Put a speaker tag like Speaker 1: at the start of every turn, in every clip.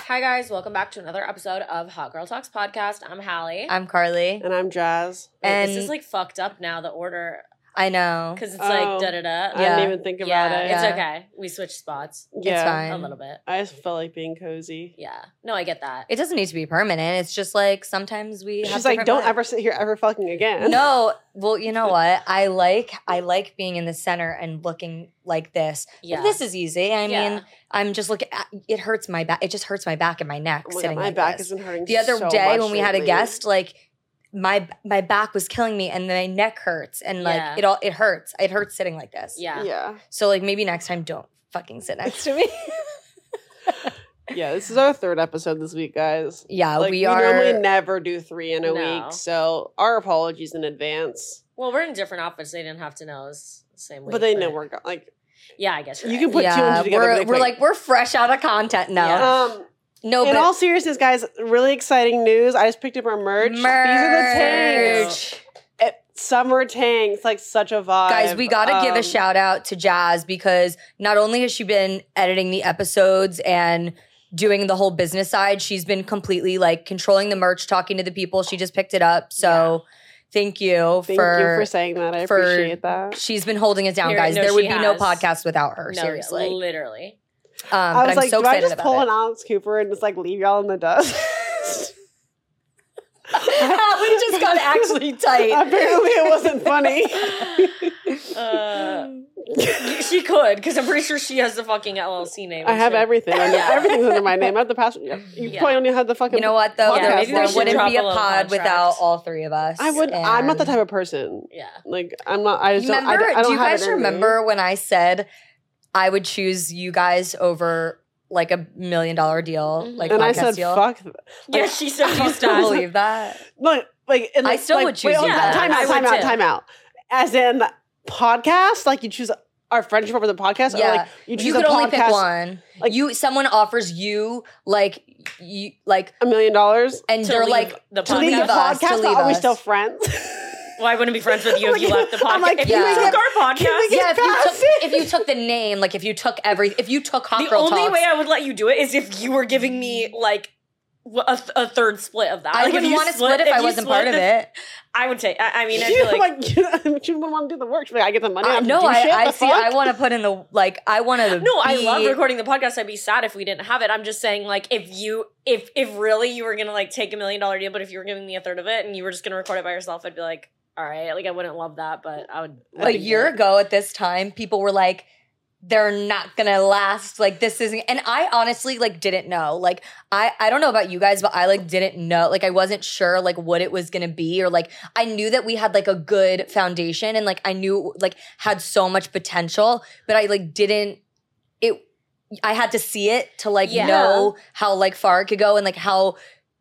Speaker 1: Hi guys, welcome back to another episode of Hot Girl Talks podcast. I'm Hallie.
Speaker 2: I'm Carly.
Speaker 3: And I'm Jazz.
Speaker 1: Wait,
Speaker 2: and
Speaker 1: this is like fucked up now. The order
Speaker 2: I know.
Speaker 1: because it's
Speaker 3: Oh.
Speaker 1: like da da da.
Speaker 3: I
Speaker 2: Yeah.
Speaker 3: didn't even think about it.
Speaker 1: it's
Speaker 2: Yeah.
Speaker 1: okay. We switched spots
Speaker 2: It's
Speaker 3: Yeah.
Speaker 1: a
Speaker 2: fine.
Speaker 1: little bit.
Speaker 3: I just felt like being cozy.
Speaker 1: Yeah. No, I get that.
Speaker 2: It doesn't need to be permanent. It's just like sometimes we. have
Speaker 3: She's like,
Speaker 2: different
Speaker 3: don't
Speaker 2: vibes."
Speaker 3: ever sit here ever fucking again. Oh
Speaker 2: No, well, you know what? I like I like being in the center and looking like this. But
Speaker 1: Yeah.
Speaker 2: this is easy. I
Speaker 1: Yeah.
Speaker 2: mean, I'm just looking. at- It hurts my back. It just hurts my back and my neck
Speaker 3: Oh my,
Speaker 2: sitting.
Speaker 3: God, my
Speaker 2: like
Speaker 3: back
Speaker 2: this.
Speaker 3: isn't hurting.
Speaker 2: the other
Speaker 3: so
Speaker 2: day
Speaker 3: much
Speaker 2: when we had a
Speaker 3: lately.
Speaker 2: guest, like my my back was killing me and my neck hurts and like
Speaker 1: Yeah.
Speaker 2: it all it hurts. It hurts sitting like this.
Speaker 1: yeah.
Speaker 3: Yeah.
Speaker 2: So like maybe next time don't fucking sit next to me.
Speaker 3: Yeah. This is our third episode this week, guys.
Speaker 2: yeah, Uh,
Speaker 3: Like,
Speaker 2: we,
Speaker 3: we
Speaker 2: are.
Speaker 3: normally never do three in a
Speaker 1: No.
Speaker 3: week. So our apologies in advance.
Speaker 1: Well, we're in different outfits. They didn't have to know. It's the same week.
Speaker 3: but they know we're go- like
Speaker 1: Yeah, I guess you're
Speaker 3: You
Speaker 1: right.
Speaker 3: can put two and two
Speaker 2: yeah,
Speaker 3: together
Speaker 2: we're,
Speaker 3: really
Speaker 2: we're
Speaker 3: quick.
Speaker 2: like we're fresh out of content now.
Speaker 1: Yeah.
Speaker 3: um
Speaker 2: No,
Speaker 3: in
Speaker 2: but
Speaker 3: all seriousness, guys, really exciting news. I just picked up our merch. These are the tanks.
Speaker 2: merch.
Speaker 3: It- summer tanks, like such a vibe.
Speaker 2: Guys, we got to give a
Speaker 3: Um,
Speaker 2: shout out to Jazz because not only has she been editing the episodes and doing the whole business side, she's been completely like controlling the merch, talking to the people. She just picked it up. So thank you
Speaker 3: Thank
Speaker 2: for.
Speaker 3: you for saying that. I
Speaker 2: for-
Speaker 3: appreciate that.
Speaker 2: She's been holding it down,
Speaker 1: Here-
Speaker 2: guys.
Speaker 1: no,
Speaker 2: there would
Speaker 1: she
Speaker 2: be no
Speaker 1: has.
Speaker 2: podcast without her,
Speaker 1: No,
Speaker 2: seriously. Um,
Speaker 1: literally.
Speaker 3: I
Speaker 2: but
Speaker 3: was
Speaker 2: I'm
Speaker 3: like,
Speaker 2: so
Speaker 3: do I
Speaker 2: excited
Speaker 3: just
Speaker 2: about
Speaker 3: pull
Speaker 2: it.
Speaker 3: an Alex Cooper and just like leave y'all in the dust?
Speaker 2: we just got actually tight.
Speaker 3: Apparently, it wasn't funny.
Speaker 1: Uh, she could because I'm pretty sure she has the fucking LLC name.
Speaker 3: I
Speaker 1: and
Speaker 3: have
Speaker 1: shit.
Speaker 3: everything. I know
Speaker 1: Yeah.
Speaker 3: everything's under my name. I have the password. You
Speaker 1: Yeah.
Speaker 3: probably don't even have the fucking.
Speaker 2: you know what, though?
Speaker 1: Yeah,
Speaker 2: there
Speaker 3: maybe we
Speaker 2: there
Speaker 3: should
Speaker 2: wouldn't
Speaker 1: drop
Speaker 2: be
Speaker 1: a
Speaker 2: a
Speaker 1: little
Speaker 2: pod
Speaker 1: contract.
Speaker 2: without all three of us.
Speaker 3: I would. I'm not the
Speaker 2: and-
Speaker 3: type of person.
Speaker 1: Yeah.
Speaker 3: Like I'm not. I just
Speaker 2: remember,
Speaker 3: don't. I don't, I don't
Speaker 2: do you
Speaker 3: have
Speaker 2: guys
Speaker 3: it in me.
Speaker 2: remember when I said I would choose you guys over like a million dollar deal,
Speaker 1: Mhm.
Speaker 2: like
Speaker 3: And I
Speaker 2: podcast
Speaker 3: said,
Speaker 2: deal?
Speaker 3: "Fuck." th-
Speaker 1: Yeah,
Speaker 3: Like,
Speaker 1: she said
Speaker 2: I
Speaker 1: she
Speaker 2: don't
Speaker 1: stopped.
Speaker 2: believe that.
Speaker 3: No, like. And
Speaker 2: I
Speaker 3: like-
Speaker 2: still
Speaker 3: like,
Speaker 2: would choose
Speaker 3: Wait,
Speaker 1: you.
Speaker 3: hold on, time
Speaker 1: Yeah, I
Speaker 3: out. Time
Speaker 1: would
Speaker 3: out.
Speaker 1: too.
Speaker 3: Time out. As in podcast, like you choose our friendship over the podcast,
Speaker 2: Yeah.
Speaker 3: or like you choose
Speaker 2: You
Speaker 3: a
Speaker 2: could
Speaker 3: podcast
Speaker 2: only pick one. Like
Speaker 3: like-
Speaker 2: you, someone offers you like you like,
Speaker 3: a million dollars.
Speaker 2: and
Speaker 1: To
Speaker 2: you're
Speaker 1: leave
Speaker 2: like,
Speaker 1: the
Speaker 2: to
Speaker 3: to leave
Speaker 2: leave
Speaker 3: the
Speaker 2: us, to
Speaker 3: podcast,
Speaker 2: leave
Speaker 3: but are we
Speaker 2: us.
Speaker 3: still friends?
Speaker 1: Well, I wouldn't be friends with you if you
Speaker 3: Like,
Speaker 1: left the podcast.
Speaker 3: I'm like,
Speaker 1: if
Speaker 2: yeah.
Speaker 1: you took our
Speaker 3: Can we
Speaker 1: podcast,
Speaker 3: get
Speaker 2: yeah. If you
Speaker 3: past
Speaker 2: took
Speaker 3: it.
Speaker 2: if you took the name, like if you took every, if you took Hot
Speaker 1: the
Speaker 2: Girl
Speaker 1: only
Speaker 2: Talks,
Speaker 1: way I would let you do it is if you were giving me like wh- a, th- a third split of that.
Speaker 2: I
Speaker 1: like, if
Speaker 2: wouldn't
Speaker 1: you
Speaker 2: want to split if, I
Speaker 1: you
Speaker 2: wasn't part of
Speaker 1: split
Speaker 2: it.
Speaker 1: the- I would take. I, I mean, I'd be
Speaker 3: you
Speaker 1: like,
Speaker 3: like, you wouldn't want to do the work. She's Like, I get the money.
Speaker 2: I,
Speaker 3: I,
Speaker 2: Uh, no,
Speaker 3: do
Speaker 2: I,
Speaker 3: shit,
Speaker 2: I
Speaker 3: the
Speaker 2: see.
Speaker 3: fuck?
Speaker 2: I want to put in the like. I want to.
Speaker 1: no, I
Speaker 2: be,
Speaker 1: love recording the podcast. I'd be sad if we didn't have it. I'm just saying, like, if you, if if really you were gonna like take a million dollar deal, but if you were giving me a third of it and you were just gonna record it by yourself, I'd be like, all right, like I wouldn't love that, but I would. I
Speaker 2: a
Speaker 1: would
Speaker 2: year
Speaker 1: do it.
Speaker 2: ago at this time, people were like, they're not gonna last. Like this isn't. And I honestly like didn't know. Like I I don't know about you guys, but I like didn't know. Like I wasn't sure like what it was gonna be or like I knew that we had like a good foundation and like I knew like had so much potential, but I like didn't it. I had to see it to like
Speaker 1: Yeah.
Speaker 2: know how like far it could go and like how.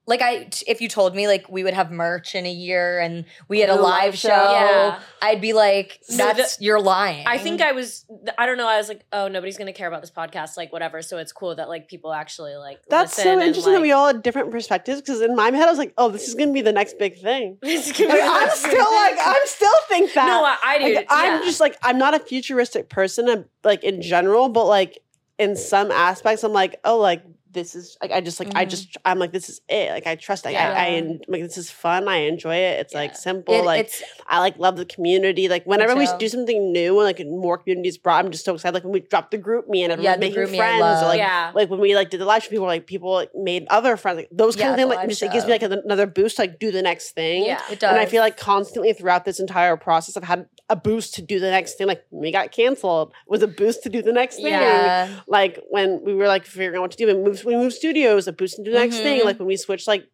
Speaker 2: Like I, if you told me like we would have merch in a year and we had a
Speaker 3: And a
Speaker 2: live
Speaker 3: live
Speaker 2: show,
Speaker 3: show.
Speaker 1: Yeah.
Speaker 2: I'd be like,
Speaker 1: So
Speaker 2: that's you're lying.
Speaker 1: I think I was. I don't know. I was like, oh, nobody's gonna care about this podcast, like whatever. So it's cool that like people actually like.
Speaker 3: That's
Speaker 1: listen
Speaker 3: so
Speaker 1: and,
Speaker 3: interesting that
Speaker 1: like-
Speaker 3: we all had different perspectives. Because in my head, I was like, "Oh, this is gonna be the next big thing."
Speaker 1: This is
Speaker 3: Like,
Speaker 1: gonna be
Speaker 3: I'm
Speaker 1: the-
Speaker 3: still like, I'm still think that.
Speaker 1: No, I, I do.
Speaker 3: Like, I'm
Speaker 1: yeah.
Speaker 3: just like I'm not a futuristic person, uh, like in general, but like in some aspects, I'm like, oh, like this is like I just like I
Speaker 2: Mhm.
Speaker 3: just I'm like this is it. Like I trust. Like I, I
Speaker 2: Yeah.
Speaker 3: en- like this is fun. I enjoy it. It's
Speaker 1: Yeah.
Speaker 3: like simple.
Speaker 2: It-
Speaker 3: like
Speaker 2: it's
Speaker 3: I like love the community. Like whenever we
Speaker 2: too.
Speaker 3: do something new and like more communities brought, I'm just so excited. Like when we dropped the group me and
Speaker 2: Yeah,
Speaker 3: everyone
Speaker 2: the
Speaker 3: making
Speaker 2: group me I
Speaker 3: friends.
Speaker 2: love.
Speaker 3: Or, like
Speaker 1: yeah.
Speaker 3: like when we like did the live show, people were like people like, made other friends. Like those kind
Speaker 2: Yeah,
Speaker 3: of things.
Speaker 2: the
Speaker 3: Like
Speaker 2: live
Speaker 3: just it gives me like another boost. To, like do the next thing.
Speaker 1: Yeah.
Speaker 2: it uh, does.
Speaker 3: And I feel like constantly throughout this entire process, I've had a boost to do the next thing. Like when we got canceled, was a boost to do the next thing.
Speaker 2: yeah,
Speaker 3: Like when we were like figuring out what to do, we moved, we moved studios, a boost to do the next
Speaker 2: Mhm.
Speaker 3: thing. Like when we switched like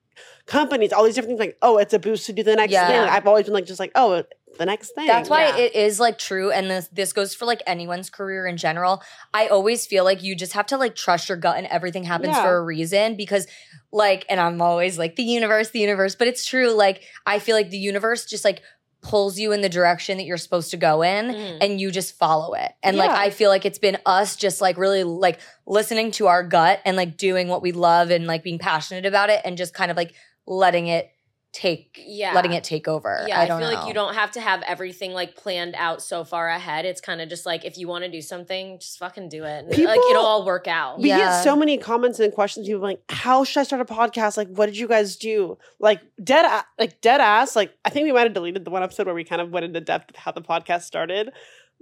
Speaker 3: companies, all these different things. Like oh, it's a boost to do the next
Speaker 2: Yeah.
Speaker 3: thing. Like, I've always been like just like oh, the next thing.
Speaker 2: that's why
Speaker 1: Yeah.
Speaker 2: it is like true, and this this goes for like anyone's career in general. I always feel like you just have to like trust your gut, and everything happens
Speaker 3: Yeah.
Speaker 2: for a reason because. Like, and I'm always like, the universe, the universe. But it's true. Like, I feel like the universe just like pulls you in the direction that you're supposed to go in.
Speaker 1: Mm.
Speaker 2: and you just follow it. And like
Speaker 3: Mm-hmm. Yeah.
Speaker 2: I feel like it's been us just like really like listening to our gut and like doing what we love and like being passionate about it and just kind of like letting it take
Speaker 1: Yeah.
Speaker 2: letting it take over.
Speaker 1: Yeah,
Speaker 2: I
Speaker 1: I,
Speaker 2: don't
Speaker 1: feel
Speaker 2: know.
Speaker 1: like you don't have to have everything like planned out so far ahead. It's kind of just like if you want to do something, just fucking do it. And, like
Speaker 3: People-
Speaker 1: it'll all work out.
Speaker 2: Yeah.
Speaker 3: We get so many comments and questions. People like, "How should I start a podcast? Like, what did you guys do? Like, dead, a- like dead ass. Like, I think we might have deleted the one episode where we kind of went into depth with how the podcast started.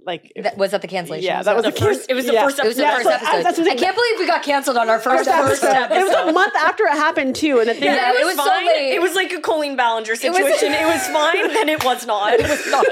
Speaker 3: Like, if-
Speaker 2: That- was that the cancellation?
Speaker 3: Yeah, that was
Speaker 1: The
Speaker 3: the first-
Speaker 1: first, it was the
Speaker 3: yeah.
Speaker 1: first
Speaker 2: It was
Speaker 1: episode.
Speaker 2: the
Speaker 3: Yeah,
Speaker 2: first
Speaker 3: so I-
Speaker 2: episode.
Speaker 3: that's what
Speaker 2: I
Speaker 3: it-
Speaker 2: can't believe we got canceled on our first,
Speaker 3: first
Speaker 1: First
Speaker 2: episode.
Speaker 1: episode.
Speaker 3: It was a month after it happened too, and the thing
Speaker 2: Yeah,
Speaker 1: Yeah,
Speaker 2: it
Speaker 1: it, was
Speaker 2: was so
Speaker 1: fine.
Speaker 2: late.
Speaker 1: It was like a Colleen Ballinger
Speaker 2: was-
Speaker 1: situation. It was, fine, and it was not.
Speaker 2: It was not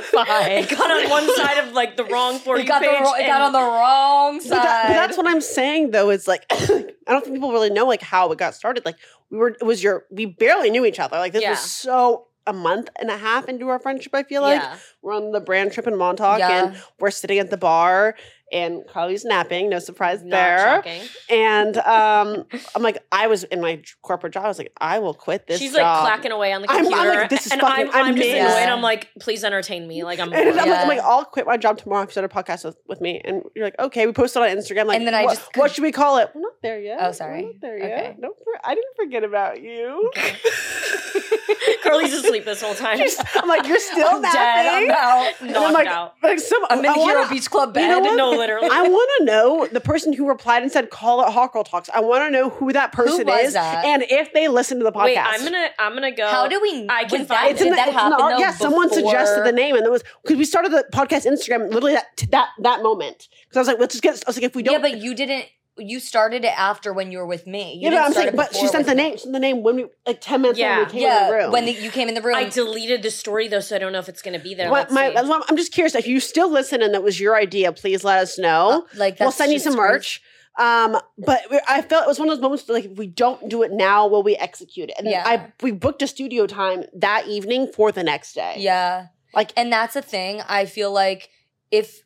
Speaker 2: fine.
Speaker 1: It got on one side of like the wrong for
Speaker 2: We
Speaker 1: you
Speaker 2: got the
Speaker 1: page.
Speaker 2: wrong, it got on
Speaker 1: and-
Speaker 2: the wrong side.
Speaker 3: But, that- but that's what I'm saying though. Is like I don't think people really know like how it got started. Like we were, it was your we barely knew each other. Like this
Speaker 1: Yeah.
Speaker 3: was so a month and a half into our friendship. I feel like
Speaker 1: yeah.
Speaker 3: we're on the brand trip in Montauk and we're sitting at the bar and Carly's napping. No surprise
Speaker 1: Not
Speaker 3: there.
Speaker 1: shocking.
Speaker 3: And um, I'm like, I was in my corporate job. I was like, I will quit this.
Speaker 1: She's
Speaker 3: job.
Speaker 1: like clacking away on the
Speaker 3: I'm- I'm
Speaker 1: computer,
Speaker 3: like, this is
Speaker 1: and
Speaker 3: fucking-
Speaker 1: I'm, I'm, just
Speaker 2: amazing.
Speaker 1: annoyed. I'm like, please entertain me. Like I'm.
Speaker 3: And I'm,
Speaker 1: bored.
Speaker 3: like, I'm
Speaker 2: Yeah.
Speaker 3: like, I'll quit my job tomorrow if you start a podcast with, with me. And you're like, okay, we posted on Instagram. Like,
Speaker 2: And then I
Speaker 3: what,
Speaker 2: just
Speaker 3: what
Speaker 2: could-
Speaker 3: should we call it? We're not there yet.
Speaker 2: Oh, sorry.
Speaker 3: We're not there
Speaker 2: Okay.
Speaker 3: yet. Don't for- I didn't forget about you.
Speaker 1: Carly's asleep this whole time.
Speaker 3: You're s- I'm like, you're still
Speaker 2: I'm dead. I'm
Speaker 3: napping.
Speaker 2: out.
Speaker 3: And I'm
Speaker 1: knocked
Speaker 3: like,
Speaker 1: out.
Speaker 3: like some,
Speaker 2: I'm in
Speaker 3: I
Speaker 2: the
Speaker 3: wanna-
Speaker 2: Hero Beach Club bed.
Speaker 3: you know what?
Speaker 1: No, literally.
Speaker 3: I want to know the person who replied and said, "Call it Hawk Girl Talks." I want to know who that person
Speaker 2: was
Speaker 3: is
Speaker 2: that?
Speaker 3: and if they listen to the podcast.
Speaker 1: Wait, I'm gonna, I'm gonna go.
Speaker 2: How do we?
Speaker 1: I can find
Speaker 2: was that,
Speaker 1: it.
Speaker 3: It's
Speaker 2: Did
Speaker 3: in the,
Speaker 2: that
Speaker 3: it's
Speaker 2: happen?
Speaker 3: not-
Speaker 2: though
Speaker 3: yeah, someone
Speaker 2: before-
Speaker 3: suggested the name, and it was because we started the podcast Instagram literally that to that that moment. Because I was like, let's just get. I was like, if we don't,
Speaker 2: Yeah, but you didn't. You started it after when you were with me. You
Speaker 3: Yeah, but
Speaker 2: didn't
Speaker 3: I'm
Speaker 2: start
Speaker 3: saying,
Speaker 2: it
Speaker 3: but she
Speaker 2: before
Speaker 3: sent the
Speaker 2: with me.
Speaker 3: name, sent the name when we like ten minutes
Speaker 1: Yeah.
Speaker 3: when we came in the
Speaker 2: Yeah,
Speaker 3: room.
Speaker 2: when the, you came in the room.
Speaker 1: I deleted the story though, so I don't know if it's gonna be there.
Speaker 3: What-
Speaker 1: Let's
Speaker 3: my-
Speaker 1: see.
Speaker 3: that's why I'm- I'm just curious if you still listen and that was your idea. Please let us know.
Speaker 2: Uh, like
Speaker 3: we'll
Speaker 2: Oh, that's
Speaker 3: send you
Speaker 2: just
Speaker 3: some
Speaker 2: crazy.
Speaker 3: merch. Um, but we- I felt it was one of those moments where, like if we don't do it now, will we execute it? And
Speaker 2: Yeah.
Speaker 3: I we booked a studio time that evening for the next day.
Speaker 2: Yeah.
Speaker 3: Like-
Speaker 2: and that's a thing. I feel like if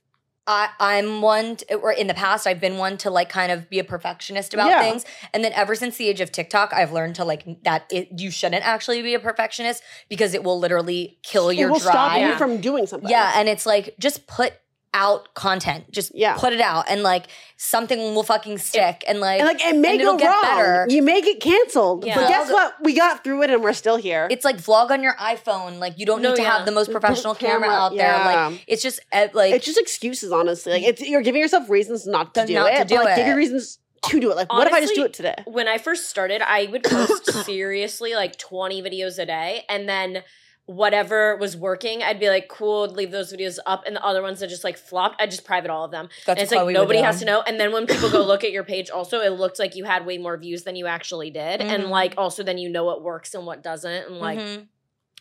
Speaker 2: I I'm one t- or in the past I've been one to like kind of be a perfectionist about
Speaker 3: Yeah.
Speaker 2: things. And then ever since the age of TikTok, I've learned to like that it, you shouldn't actually be a perfectionist because it will literally kill
Speaker 3: it
Speaker 2: your
Speaker 3: will
Speaker 2: drive.
Speaker 3: stop you
Speaker 1: Yeah.
Speaker 3: from doing something.
Speaker 2: Yeah, and it's like just put out content. Just
Speaker 3: Yeah.
Speaker 2: put it out and like something will fucking stick and like,
Speaker 3: and like it may
Speaker 2: and
Speaker 3: go
Speaker 2: it'll get
Speaker 3: wrong.
Speaker 2: better.
Speaker 3: You may get canceled,
Speaker 1: Yeah.
Speaker 3: but
Speaker 1: Vlog-
Speaker 3: guess what? We got through it, and we're still here.
Speaker 2: it's like vlog on your iPhone. Like you don't
Speaker 1: No,
Speaker 2: need to
Speaker 1: yeah.
Speaker 2: have the most professional camera,
Speaker 3: camera,
Speaker 2: out there.
Speaker 3: yeah.
Speaker 2: Like it's just eh, like
Speaker 3: it's just excuses, honestly. Like it's you're giving yourself reasons not to
Speaker 2: To
Speaker 3: do
Speaker 2: not
Speaker 3: it.
Speaker 2: to do
Speaker 3: but, like, give
Speaker 2: it.
Speaker 3: your reasons to do it. Like, what if I just
Speaker 1: Honestly,
Speaker 3: do it today?
Speaker 1: when I first started, I would post seriously like 20 videos a day and then whatever was working, I'd be like, cool, leave those videos up. And the other ones that just like flopped, I'd just private all of them.
Speaker 2: that's
Speaker 1: and it's
Speaker 2: what
Speaker 1: like nobody has to know. And then when people go look at your page also, it looked like you had way more views than you actually did.
Speaker 2: Mhm.
Speaker 3: Mm-hmm.
Speaker 1: And like also then you know what works and what doesn't. And like
Speaker 2: Mm-hmm.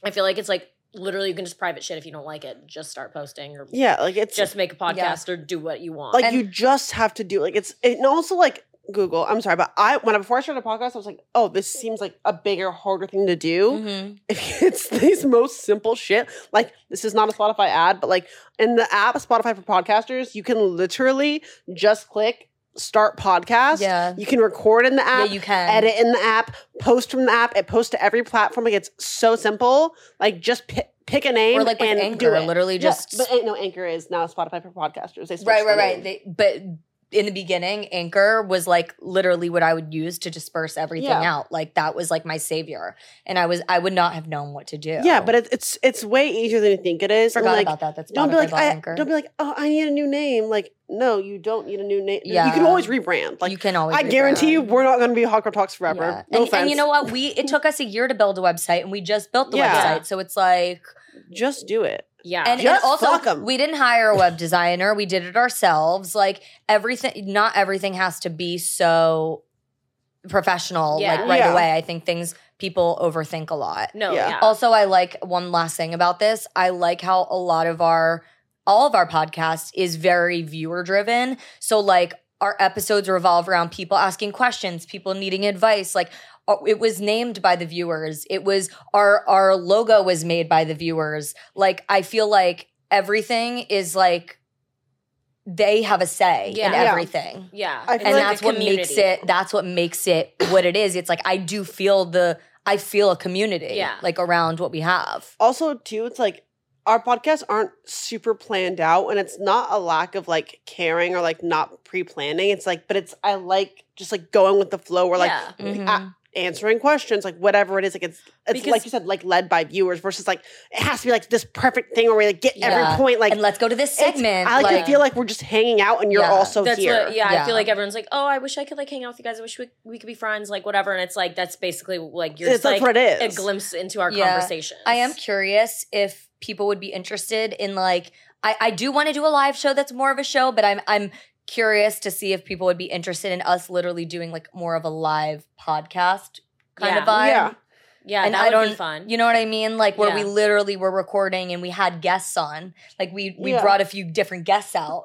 Speaker 1: I feel like it's like literally you can just private shit if you don't like it. Just start posting or
Speaker 3: Yeah, like it's just
Speaker 1: just make a podcast or do what you want.
Speaker 3: like
Speaker 2: and-
Speaker 3: you just have to do. Like it's and also like Google. I'm sorry, but I when I before I started a podcast, I was like, oh, this seems like a bigger, harder thing to do.
Speaker 2: Mm. Mm-hmm.
Speaker 3: If it's these most simple shit, like this is not a Spotify ad, but like in the app Spotify for podcasters, you can literally just click start podcast.
Speaker 2: Yeah.
Speaker 3: You can record in the
Speaker 2: Yeah,
Speaker 3: app.
Speaker 2: you can.
Speaker 3: edit in the app, post from the app, it posts to every platform. Like it's so simple. Like just pick pick a name
Speaker 2: Or like with
Speaker 3: and
Speaker 2: Anchor,
Speaker 3: do it.
Speaker 2: literally just
Speaker 3: yeah, but ain't no Anchor is now Spotify for podcasters. They switched
Speaker 2: right,
Speaker 3: the
Speaker 2: right, right.
Speaker 3: name.
Speaker 2: They, but in the beginning, Anchor was like literally what I would use to disperse everything
Speaker 3: Yeah.
Speaker 2: out. Like that was like my savior, and I was I would not have known what to do.
Speaker 3: yeah, but it's it's it's way easier than you think it is. And,
Speaker 2: forgot
Speaker 3: like,
Speaker 2: about that. That's
Speaker 3: Don't be like
Speaker 2: bought
Speaker 3: I,
Speaker 2: Anchor.
Speaker 3: don't be like oh I need a new name. Like no, you don't need a new name. you can
Speaker 2: Yeah.
Speaker 3: always rebrand. Like
Speaker 2: you can always.
Speaker 3: I guarantee you,
Speaker 2: rebrand.
Speaker 3: we're not going to be Hawker Talks forever.
Speaker 2: Yeah.
Speaker 3: No
Speaker 2: and,
Speaker 3: offense.
Speaker 2: and you know what? We it took us a year to build a website, and we just built the
Speaker 3: Yeah.
Speaker 2: website. So it's like,
Speaker 3: just do it.
Speaker 1: yeah.
Speaker 2: and, and
Speaker 3: Just fuck
Speaker 2: also
Speaker 3: 'em.
Speaker 2: we didn't hire a web designer; we did it ourselves. Like everything, not everything has to be so professional.
Speaker 1: Yeah.
Speaker 2: Like right
Speaker 3: Yeah.
Speaker 2: away, I think things people overthink a lot.
Speaker 1: no,
Speaker 3: Yeah.
Speaker 1: yeah.
Speaker 2: Also, I like one last thing about this. I like how a lot of our all of our podcast is very viewer driven. So like our episodes revolve around people asking questions, people needing advice, like uh, it was named by the viewers. It was our our logo was made by the viewers. Like I feel like everything is like they have a say
Speaker 1: Yeah.
Speaker 2: in
Speaker 3: Yeah.
Speaker 2: everything
Speaker 1: yeah.
Speaker 3: I
Speaker 1: It's
Speaker 3: feel
Speaker 2: and
Speaker 3: like
Speaker 1: a
Speaker 2: that's what makes
Speaker 1: community.
Speaker 2: it that's what makes it what it is it's like i do feel the i feel a community
Speaker 1: Yeah.
Speaker 2: like around what we have
Speaker 3: also too it's like our podcasts aren't super planned out and it's not a lack of like caring or like not pre-planning it's like but it's i like just like going with the flow where like
Speaker 1: Yeah.
Speaker 2: Mhm.
Speaker 3: Mm-hmm. I- answering questions, like whatever it is. Like it's it's
Speaker 1: Because-
Speaker 3: like you said, like led by viewers versus like it has to be like this perfect thing where we like get
Speaker 2: Yeah.
Speaker 3: every point. Like
Speaker 2: and let's go to this
Speaker 3: it's-
Speaker 2: segment.
Speaker 3: I like,
Speaker 2: like,
Speaker 3: to feel like we're just hanging out and you're
Speaker 2: Yeah.
Speaker 3: also
Speaker 1: that's
Speaker 3: Oh, here.
Speaker 1: what yeah,
Speaker 2: Yeah.
Speaker 1: i feel like everyone's like oh i wish i could like hang out with you guys i wish we, we could be friends like whatever and it's like that's basically like you're
Speaker 3: It's-
Speaker 1: just like
Speaker 3: that's what it
Speaker 1: a
Speaker 3: is.
Speaker 1: glimpse into our
Speaker 2: Yeah.
Speaker 1: conversation
Speaker 2: I am curious if people would be interested in like I, I do want to do a live show that's more of a show, but I'm I'm curious to see if people would be interested in us literally doing like more of a live podcast kind of vibe.
Speaker 3: Yeah.
Speaker 1: yeah
Speaker 2: and
Speaker 1: that
Speaker 2: I
Speaker 1: would be
Speaker 2: don't-
Speaker 1: fun
Speaker 2: You know what I mean? Like where we
Speaker 1: Yeah.
Speaker 2: literally were recording and we had guests on. Like we we
Speaker 3: Yeah.
Speaker 2: brought a few different guests out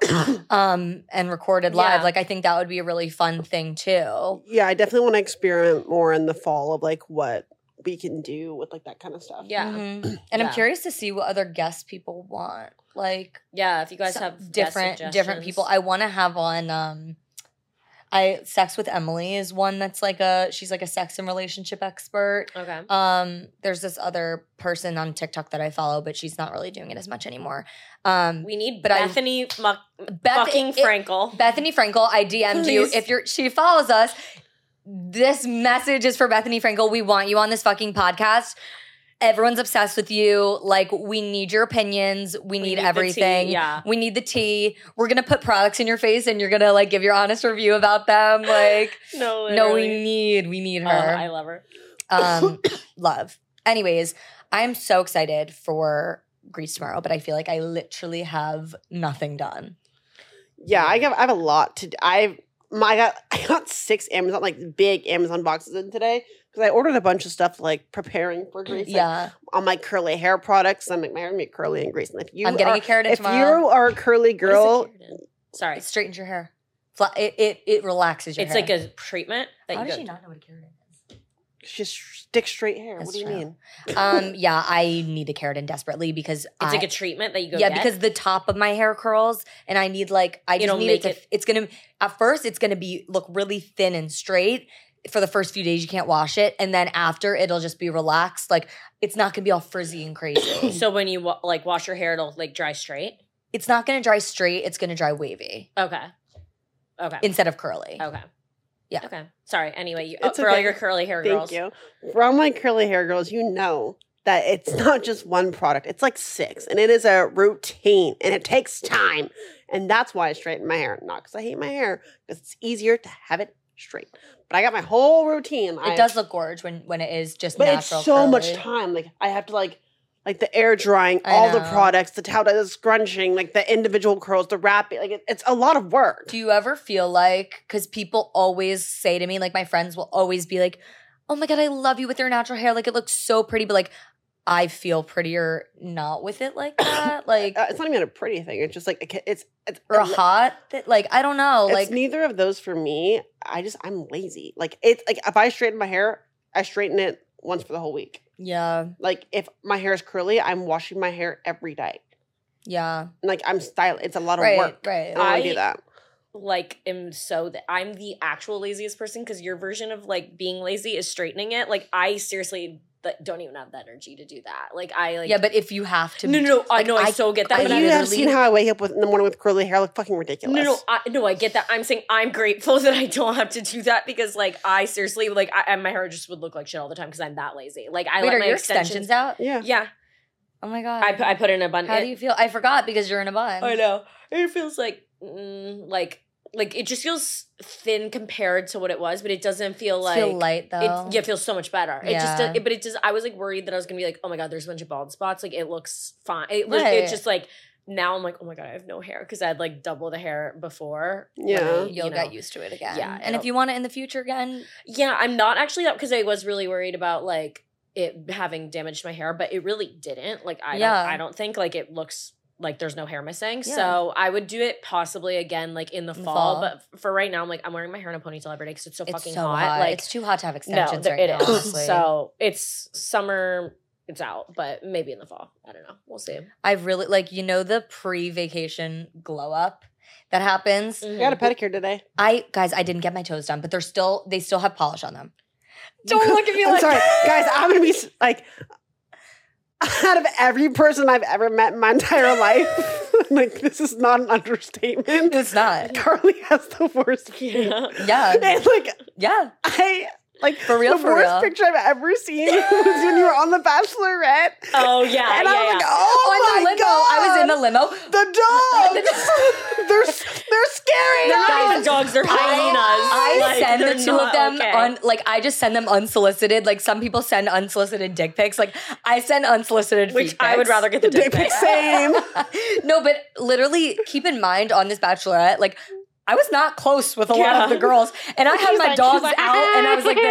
Speaker 2: um and recorded live.
Speaker 1: Yeah.
Speaker 2: Like I think that would be a really fun thing too.
Speaker 3: Yeah, I definitely want to experiment more in the fall of like what we can do with like that kind of stuff.
Speaker 1: yeah
Speaker 2: Mhm. And
Speaker 1: Yeah.
Speaker 2: I'm curious to see what other guests people want. Like
Speaker 1: yeah if you guys
Speaker 2: some
Speaker 1: have guest
Speaker 2: different different people.
Speaker 1: suggestions.
Speaker 2: I want to have on. Um, I sex with Emily is one that's like a she's like a sex and relationship expert.
Speaker 1: okay
Speaker 2: Um, there's this other person on TikTok that I follow, but she's not really doing it as much anymore. Um,
Speaker 1: we need
Speaker 2: But I-
Speaker 1: bethany Muck-
Speaker 2: Beth-
Speaker 1: fucking
Speaker 2: it-
Speaker 1: frankel
Speaker 2: Bethany Frankel, I DM'd you.
Speaker 1: Please.
Speaker 2: If you're she follows us, this message is for Bethany Frankel. We want you on this fucking podcast. Everyone's obsessed with you. Like, we need your opinions.
Speaker 1: We
Speaker 2: We, need,
Speaker 1: need the tea,
Speaker 2: everything.
Speaker 1: yeah.
Speaker 2: We need the tea. We're gonna put products in your face and you're gonna like give your honest review about them. Like,
Speaker 1: no
Speaker 2: no, we
Speaker 1: literally.
Speaker 2: need, we need
Speaker 1: Oh,
Speaker 2: her
Speaker 1: i love her
Speaker 2: um, love. Anyways, I'm so excited for Greece tomorrow, but I feel like I literally have nothing done.
Speaker 3: Yeah, I have I have a lot to. d- I my I got I got six Amazon like big Amazon boxes in today because I ordered a bunch of stuff like preparing for Greece. like,
Speaker 2: Mm, yeah,
Speaker 3: on my curly hair products. I'm like my hair gonna be curly and Greece. And if you
Speaker 2: I'm getting
Speaker 3: are,
Speaker 2: a keratin
Speaker 3: if
Speaker 2: tomorrow.
Speaker 3: you are a curly
Speaker 1: What is it,
Speaker 3: girl,
Speaker 1: Kiernan? sorry
Speaker 2: It straightens your hair. Fla- It it, it relaxes your
Speaker 1: it's
Speaker 2: hair.
Speaker 1: like a treatment that
Speaker 2: How
Speaker 1: you
Speaker 2: does
Speaker 1: go-
Speaker 2: she not know what a keratin is?
Speaker 3: just stick straight hair.
Speaker 2: That's
Speaker 3: what do you
Speaker 2: true.
Speaker 3: mean?
Speaker 2: um, yeah, I need a keratin desperately because
Speaker 1: it's
Speaker 2: I,
Speaker 1: like a treatment that you go
Speaker 2: yeah,
Speaker 1: get?
Speaker 2: because the top of my hair curls, and I need like I just
Speaker 1: It'll
Speaker 2: need
Speaker 1: make
Speaker 2: it to.
Speaker 1: it-
Speaker 2: It's gonna at first it's gonna be look really thin and straight for the first few days. You can't wash it, and then after it'll just be relaxed. Like it's not gonna be all frizzy and crazy.
Speaker 1: so when you wa- like wash your hair it'll like dry straight
Speaker 2: it's not gonna dry straight. It's gonna dry wavy
Speaker 1: okay okay
Speaker 2: instead of curly.
Speaker 1: okay
Speaker 2: Yeah.
Speaker 1: okay sorry anyway you, oh,
Speaker 3: It's
Speaker 1: for all
Speaker 3: okay.
Speaker 1: your curly hair
Speaker 3: Thank
Speaker 1: girls
Speaker 3: you. For all my curly hair girls, you know that it's not just one product. It's like six, and it is a routine, and it takes time, and that's why I straighten my hair. Not because I hate my hair, because it's easier to have it straight. But I got my whole routine.
Speaker 2: It does look gorge when when it is just
Speaker 3: but it's
Speaker 2: natural.
Speaker 3: so much
Speaker 2: curly.
Speaker 3: time. Like I have to like. Like the air drying,
Speaker 2: I
Speaker 3: all the
Speaker 2: know.
Speaker 3: products, the towel, the scrunching, like the individual curls, the wrapping, like it, it's a lot of work.
Speaker 2: Do you ever feel like, because people always say to me, like my friends will always be like, oh my God, I love you with your natural hair. Like it looks so pretty, but like I feel prettier not with it like that. Like,
Speaker 3: Uh, it's not even a pretty thing. It's just like it- it's it's
Speaker 2: or
Speaker 3: it's-
Speaker 2: hot. That, like, I don't know.
Speaker 3: It's
Speaker 2: Like,
Speaker 3: neither of those for me. I just I'm lazy. Like it's like if I straighten my hair, I straighten it once for the whole week.
Speaker 2: yeah,
Speaker 3: Like if my hair is curly, I'm washing my hair every day.
Speaker 2: yeah.
Speaker 3: And, Like I'm style. It's a lot of
Speaker 2: Right,
Speaker 3: work.
Speaker 2: right.
Speaker 3: I don't wanna
Speaker 1: I-
Speaker 3: do that.
Speaker 1: like am so th- I'm the actual laziest person because your version of like being lazy is straightening it. Like I seriously th- don't even have the energy to do that. Like I like
Speaker 2: yeah, but if you have to.
Speaker 1: no no, no I
Speaker 2: like,
Speaker 1: know I,
Speaker 2: I-
Speaker 1: so get that.
Speaker 2: I
Speaker 1: but
Speaker 3: you
Speaker 1: I'm
Speaker 3: have
Speaker 1: literally-
Speaker 3: seen how I wake up with, in the morning with curly hair. Like fucking ridiculous.
Speaker 1: no no I, no I get that. I'm saying I'm grateful that I don't have to do that because like I seriously like I, and my hair just would look like shit all the time because I'm that lazy. Like I
Speaker 2: Wait,
Speaker 1: let
Speaker 2: are
Speaker 1: my
Speaker 2: your
Speaker 1: extensions.
Speaker 2: extensions out?
Speaker 3: Yeah.
Speaker 1: Yeah,
Speaker 2: Oh my God.
Speaker 1: I, pu- I put in a bun.
Speaker 2: How do you feel? I forgot because you're in a bun.
Speaker 1: I know. It feels like mm, like like it just feels thin compared to what it was, but it doesn't feel
Speaker 2: Does it
Speaker 1: like
Speaker 2: feel light though.
Speaker 1: It yeah, it feels so much better. It just
Speaker 2: Yeah.
Speaker 1: does, it, but it does. I was like worried that I was gonna be like, oh my god, there's a bunch of bald spots. Like it looks fine. It, was
Speaker 2: Right.
Speaker 1: it just like now I'm like, oh my god, I have no hair because I had like double the hair before. when
Speaker 3: Yeah.
Speaker 1: I,
Speaker 2: You'll
Speaker 1: you know.
Speaker 2: get used to it again.
Speaker 1: Yeah,
Speaker 2: and if
Speaker 1: it'll-
Speaker 2: you want it in the future again,
Speaker 1: Yeah, I'm not actually that because I was really worried about like it having damaged my hair, but it really didn't. Like I
Speaker 2: Yeah.
Speaker 1: don't, I don't think like it looks like there's no hair missing.
Speaker 2: Yeah.
Speaker 1: So I would do it possibly again like in the
Speaker 2: In the
Speaker 1: fall,
Speaker 2: fall.
Speaker 1: But f- for right now, I'm like I'm wearing my hair in a ponytail every day because it's so
Speaker 2: it's
Speaker 1: fucking
Speaker 2: so
Speaker 1: hot.
Speaker 2: hot.
Speaker 1: Like
Speaker 2: it's too hot to have
Speaker 1: no,
Speaker 2: extensions
Speaker 1: there,
Speaker 2: right
Speaker 1: it
Speaker 2: now.
Speaker 1: is.
Speaker 2: honestly.
Speaker 1: So it's summer. It's out, but maybe in the fall. I don't know. We'll see.
Speaker 2: I really like you know the pre-vacation glow up that
Speaker 1: Mm.
Speaker 2: happens.
Speaker 1: Mm-hmm.
Speaker 3: I got a pedicure today.
Speaker 2: I guys, I didn't get my toes done, but they're still they still have polish on them. Don't look at me
Speaker 3: I'm
Speaker 2: like
Speaker 3: sorry, guys. I'm gonna be s- like out of every person I've ever met in my entire life. like this is not an understatement.
Speaker 2: It's not.
Speaker 3: Carly has the worst. feet.
Speaker 1: Yeah.
Speaker 2: Yeah,
Speaker 3: And like
Speaker 2: yeah.
Speaker 3: I Like
Speaker 2: For real,
Speaker 3: the
Speaker 2: for
Speaker 3: worst
Speaker 2: real.
Speaker 3: picture I've ever seen was when you were on The Bachelorette.
Speaker 1: Oh yeah,
Speaker 3: and
Speaker 1: yeah,
Speaker 3: I was like,
Speaker 1: yeah.
Speaker 3: oh,
Speaker 2: Oh, in the
Speaker 3: my
Speaker 2: limo.
Speaker 3: god.
Speaker 2: I was in the limo.
Speaker 3: the dogs. they're s- they're scary.
Speaker 1: They're not
Speaker 2: "Oh, Guys,
Speaker 1: even dogs; they're hyenas.
Speaker 2: I
Speaker 1: Like,
Speaker 2: send
Speaker 1: they're
Speaker 2: the two of
Speaker 1: not
Speaker 2: them
Speaker 1: okay.
Speaker 2: on like I just send them unsolicited. Like some people send unsolicited dick pics. Like I send unsolicited
Speaker 1: which
Speaker 2: feed
Speaker 1: I would
Speaker 2: pics.
Speaker 1: rather get the
Speaker 3: They
Speaker 1: dick
Speaker 3: pick
Speaker 1: pics.
Speaker 3: same.
Speaker 2: No, but literally keep in mind on this bachelorette, like I was not close with a lot
Speaker 1: Yeah.
Speaker 2: of the girls. And I had
Speaker 1: She's
Speaker 2: my
Speaker 1: like- she's
Speaker 2: dogs
Speaker 1: like,
Speaker 2: out and I was like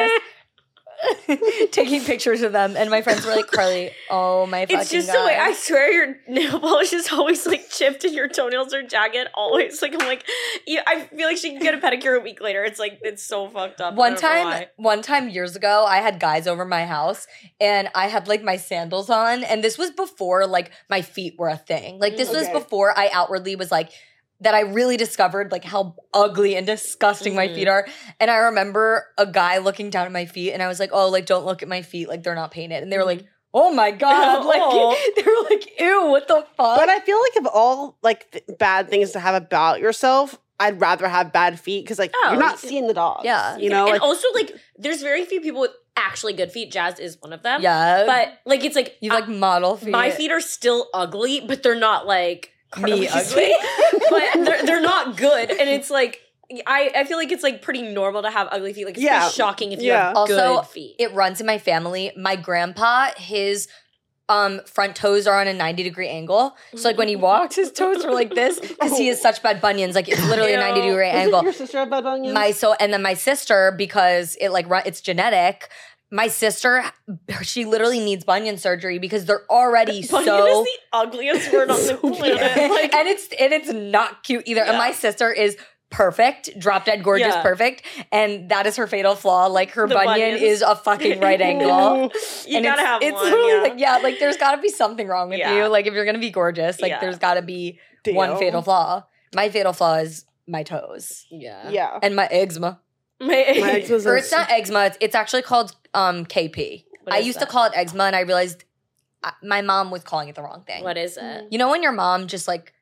Speaker 2: this. taking pictures of them. And my friends were like, Carly, oh my fucking
Speaker 1: It's just
Speaker 2: God.
Speaker 1: the way I swear your nail polish is always like chipped and your toenails are jagged. Always like I'm like, yeah, I feel like she can get a pedicure a week later. It's like it's so fucked up. I
Speaker 2: one
Speaker 1: don't know
Speaker 2: time
Speaker 1: why.
Speaker 2: one time years ago i had guys over my house and i had like my sandals on and this was before like my feet were a thing like this
Speaker 3: Okay.
Speaker 2: was before i outwardly was like that i really discovered like how ugly and disgusting my
Speaker 1: Mhm.
Speaker 2: feet are and i remember a guy looking down at my feet and i was like oh like don't look at my feet like they're not painted and they were like oh my god like
Speaker 1: Mm-hmm. Oh.
Speaker 2: they were like ew what the fuck
Speaker 3: But I feel like of all like th- bad things to have about yourself, I'd rather have bad feet because like
Speaker 1: Oh,
Speaker 3: you're not
Speaker 1: you-
Speaker 3: seeing the dogs.
Speaker 2: Yeah.
Speaker 3: you know.
Speaker 1: and
Speaker 3: Like,
Speaker 1: also like there's very few people with actually good feet. Jazz is one of them.
Speaker 2: yeah
Speaker 1: But like it's like
Speaker 2: you
Speaker 1: I-
Speaker 2: like model feet
Speaker 1: my feet are still ugly, but they're not like
Speaker 2: Me
Speaker 1: Carly's
Speaker 2: ugly?
Speaker 1: feet. but they're they're not good. And it's like I, I feel like it's like pretty normal to have ugly feet. Like it's
Speaker 3: Yeah.
Speaker 1: pretty shocking if you
Speaker 3: Yeah.
Speaker 1: have
Speaker 2: Also,
Speaker 1: good feet.
Speaker 2: it runs in my family. My grandpa, his um front toes are on a 90 degree angle. So like when he walked, his toes were like this because he has such bad bunions. Like it's literally a 90 degree
Speaker 3: Isn't your
Speaker 2: angle.
Speaker 3: sister a bad onion?
Speaker 2: My so and then my sister, because it like run, it's genetic. My sister, she literally needs bunion surgery because they're already
Speaker 1: Bunion
Speaker 2: so
Speaker 1: is the ugliest word on the planet. Like,
Speaker 2: and it's and it's not cute either. And
Speaker 1: Yeah.
Speaker 2: my sister is perfect, drop dead gorgeous,
Speaker 1: Yeah.
Speaker 2: perfect, and that is her fatal flaw. Like her
Speaker 1: The
Speaker 2: bunion
Speaker 1: bunions.
Speaker 2: is a fucking right angle.
Speaker 1: you
Speaker 2: And
Speaker 1: gotta
Speaker 2: it's,
Speaker 1: have
Speaker 2: it's
Speaker 1: one.
Speaker 2: literally
Speaker 1: yeah.
Speaker 2: like yeah, like there's got to be something wrong with
Speaker 1: Yeah.
Speaker 2: you. Like if you're gonna be gorgeous, like
Speaker 1: Yeah.
Speaker 2: there's got to be
Speaker 3: Deal.
Speaker 2: one fatal flaw. My fatal flaw is my toes
Speaker 1: yeah.
Speaker 3: Yeah.
Speaker 2: and my eczema.
Speaker 3: My ex was
Speaker 2: Or
Speaker 3: a-
Speaker 2: it's not eczema. It's, it's actually called um KP.
Speaker 1: What
Speaker 2: I
Speaker 1: is
Speaker 2: used
Speaker 1: that?
Speaker 2: to call it eczema, and I realized I, my mom was calling it the wrong thing.
Speaker 1: What is it?
Speaker 2: You know when your mom just like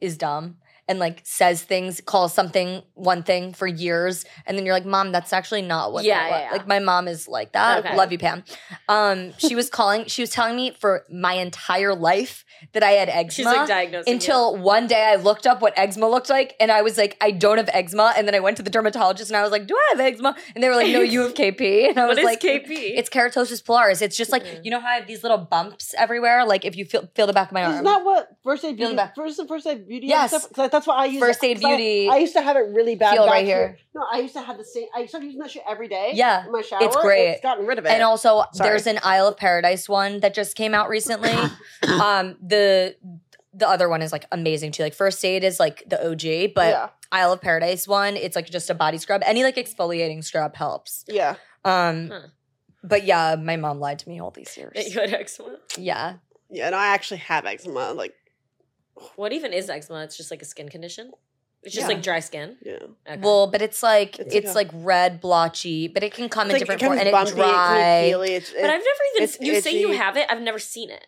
Speaker 2: is dumb and like says things, calls something one thing for years, and then you're like, "Mom, that's actually not what."
Speaker 1: Yeah,
Speaker 2: that
Speaker 1: yeah,
Speaker 2: was."
Speaker 1: yeah.
Speaker 2: Like my mom is like that.
Speaker 1: Okay.
Speaker 2: Love you, Pam. Um, she was calling. She was telling me for my entire life that I had eczema.
Speaker 1: She's like diagnosing
Speaker 2: until one day I looked up what eczema looked like, and I was like, "I don't have eczema." And then I went to the dermatologist, and I was like, "Do I have eczema?" And they were like, "No, you have KP." And I
Speaker 1: you. What
Speaker 2: was
Speaker 1: is
Speaker 2: like,
Speaker 1: KP?
Speaker 2: It's keratosis pilaris. It's just like
Speaker 1: Mm.
Speaker 2: you know how I have these little bumps everywhere. Like if you feel feel the back of my arm.
Speaker 3: Isn't that what first aid
Speaker 2: Feel the
Speaker 3: beauty?
Speaker 2: back.
Speaker 3: First, first aid beauty.
Speaker 2: Yes.
Speaker 3: And stuff? 'Cause that's what I used.
Speaker 2: First aid
Speaker 3: 'cause I-
Speaker 2: beauty.
Speaker 3: I, used to have it really bad.
Speaker 2: Feel
Speaker 3: back
Speaker 2: right here.
Speaker 3: No, I used to have the same. I started using that shit every day.
Speaker 2: Yeah.
Speaker 3: In my shower.
Speaker 2: great.
Speaker 3: It's gotten rid of it.
Speaker 2: and also,
Speaker 3: Sorry.
Speaker 2: there's an Isle of Paradise one that just came out recently. um, the the other one is like amazing too. Like first aid is like the OG, but
Speaker 3: yeah.
Speaker 2: Isle of Paradise one, it's like just a body scrub. Any like exfoliating scrub helps.
Speaker 3: Yeah.
Speaker 2: Um,
Speaker 1: Huh.
Speaker 2: but yeah, my mom lied to me all these
Speaker 1: that
Speaker 2: years.
Speaker 1: you had eczema.
Speaker 2: yeah,
Speaker 3: Yeah. And I actually have eczema. Like.
Speaker 1: What even is eczema? It's just like a skin condition. It's just
Speaker 2: Yeah.
Speaker 1: like dry skin.
Speaker 3: Yeah.
Speaker 1: Okay.
Speaker 2: well, but it's like
Speaker 3: It's
Speaker 2: it's,
Speaker 3: like a-
Speaker 2: like red blotchy, but it can come in
Speaker 3: It's like,
Speaker 2: different
Speaker 3: it
Speaker 2: forms
Speaker 3: comes
Speaker 2: and
Speaker 3: bumpy.
Speaker 2: it
Speaker 3: It can
Speaker 2: dry.
Speaker 3: be peely. It's,
Speaker 1: but
Speaker 3: it-
Speaker 1: I've never
Speaker 3: it's
Speaker 1: even. You say you
Speaker 3: itchy.
Speaker 1: have it. I've never seen it.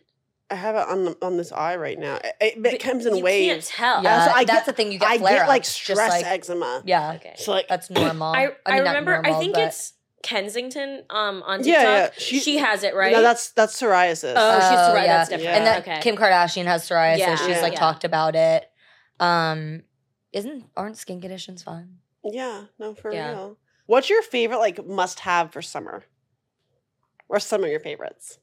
Speaker 3: I have it on on this eye right now. It, it,
Speaker 1: But
Speaker 3: it comes in
Speaker 1: you can't
Speaker 3: waves.
Speaker 1: tell.
Speaker 2: yeah,
Speaker 3: Also, I
Speaker 2: that's
Speaker 3: get-
Speaker 2: the thing you get.
Speaker 3: I get
Speaker 2: flare-ups,
Speaker 3: like
Speaker 2: just,
Speaker 3: stress
Speaker 2: like-
Speaker 3: eczema.
Speaker 2: Yeah,
Speaker 1: Okay.
Speaker 3: So like
Speaker 2: that's normal.
Speaker 1: I, I
Speaker 2: mean, not
Speaker 1: remember. I
Speaker 2: normal,
Speaker 1: think
Speaker 2: but-
Speaker 1: it's Kensington um, on TikTok.
Speaker 3: Yeah, yeah.
Speaker 1: She,
Speaker 3: She-
Speaker 1: has it right.
Speaker 3: no, that's that's psoriasis.
Speaker 1: oh, she's
Speaker 2: Oh,
Speaker 1: right.
Speaker 2: yeah.
Speaker 1: That's different.
Speaker 2: and that
Speaker 1: okay.
Speaker 2: Kim Kardashian has psoriasis.
Speaker 1: Yeah.
Speaker 2: She's
Speaker 3: Yeah.
Speaker 2: like
Speaker 1: Yeah.
Speaker 2: talked about it. Um, isn't aren't skin conditions fun?
Speaker 3: yeah, no, for
Speaker 1: Yeah.
Speaker 3: real. What's your favorite like must have for summer? Or some of your favorites?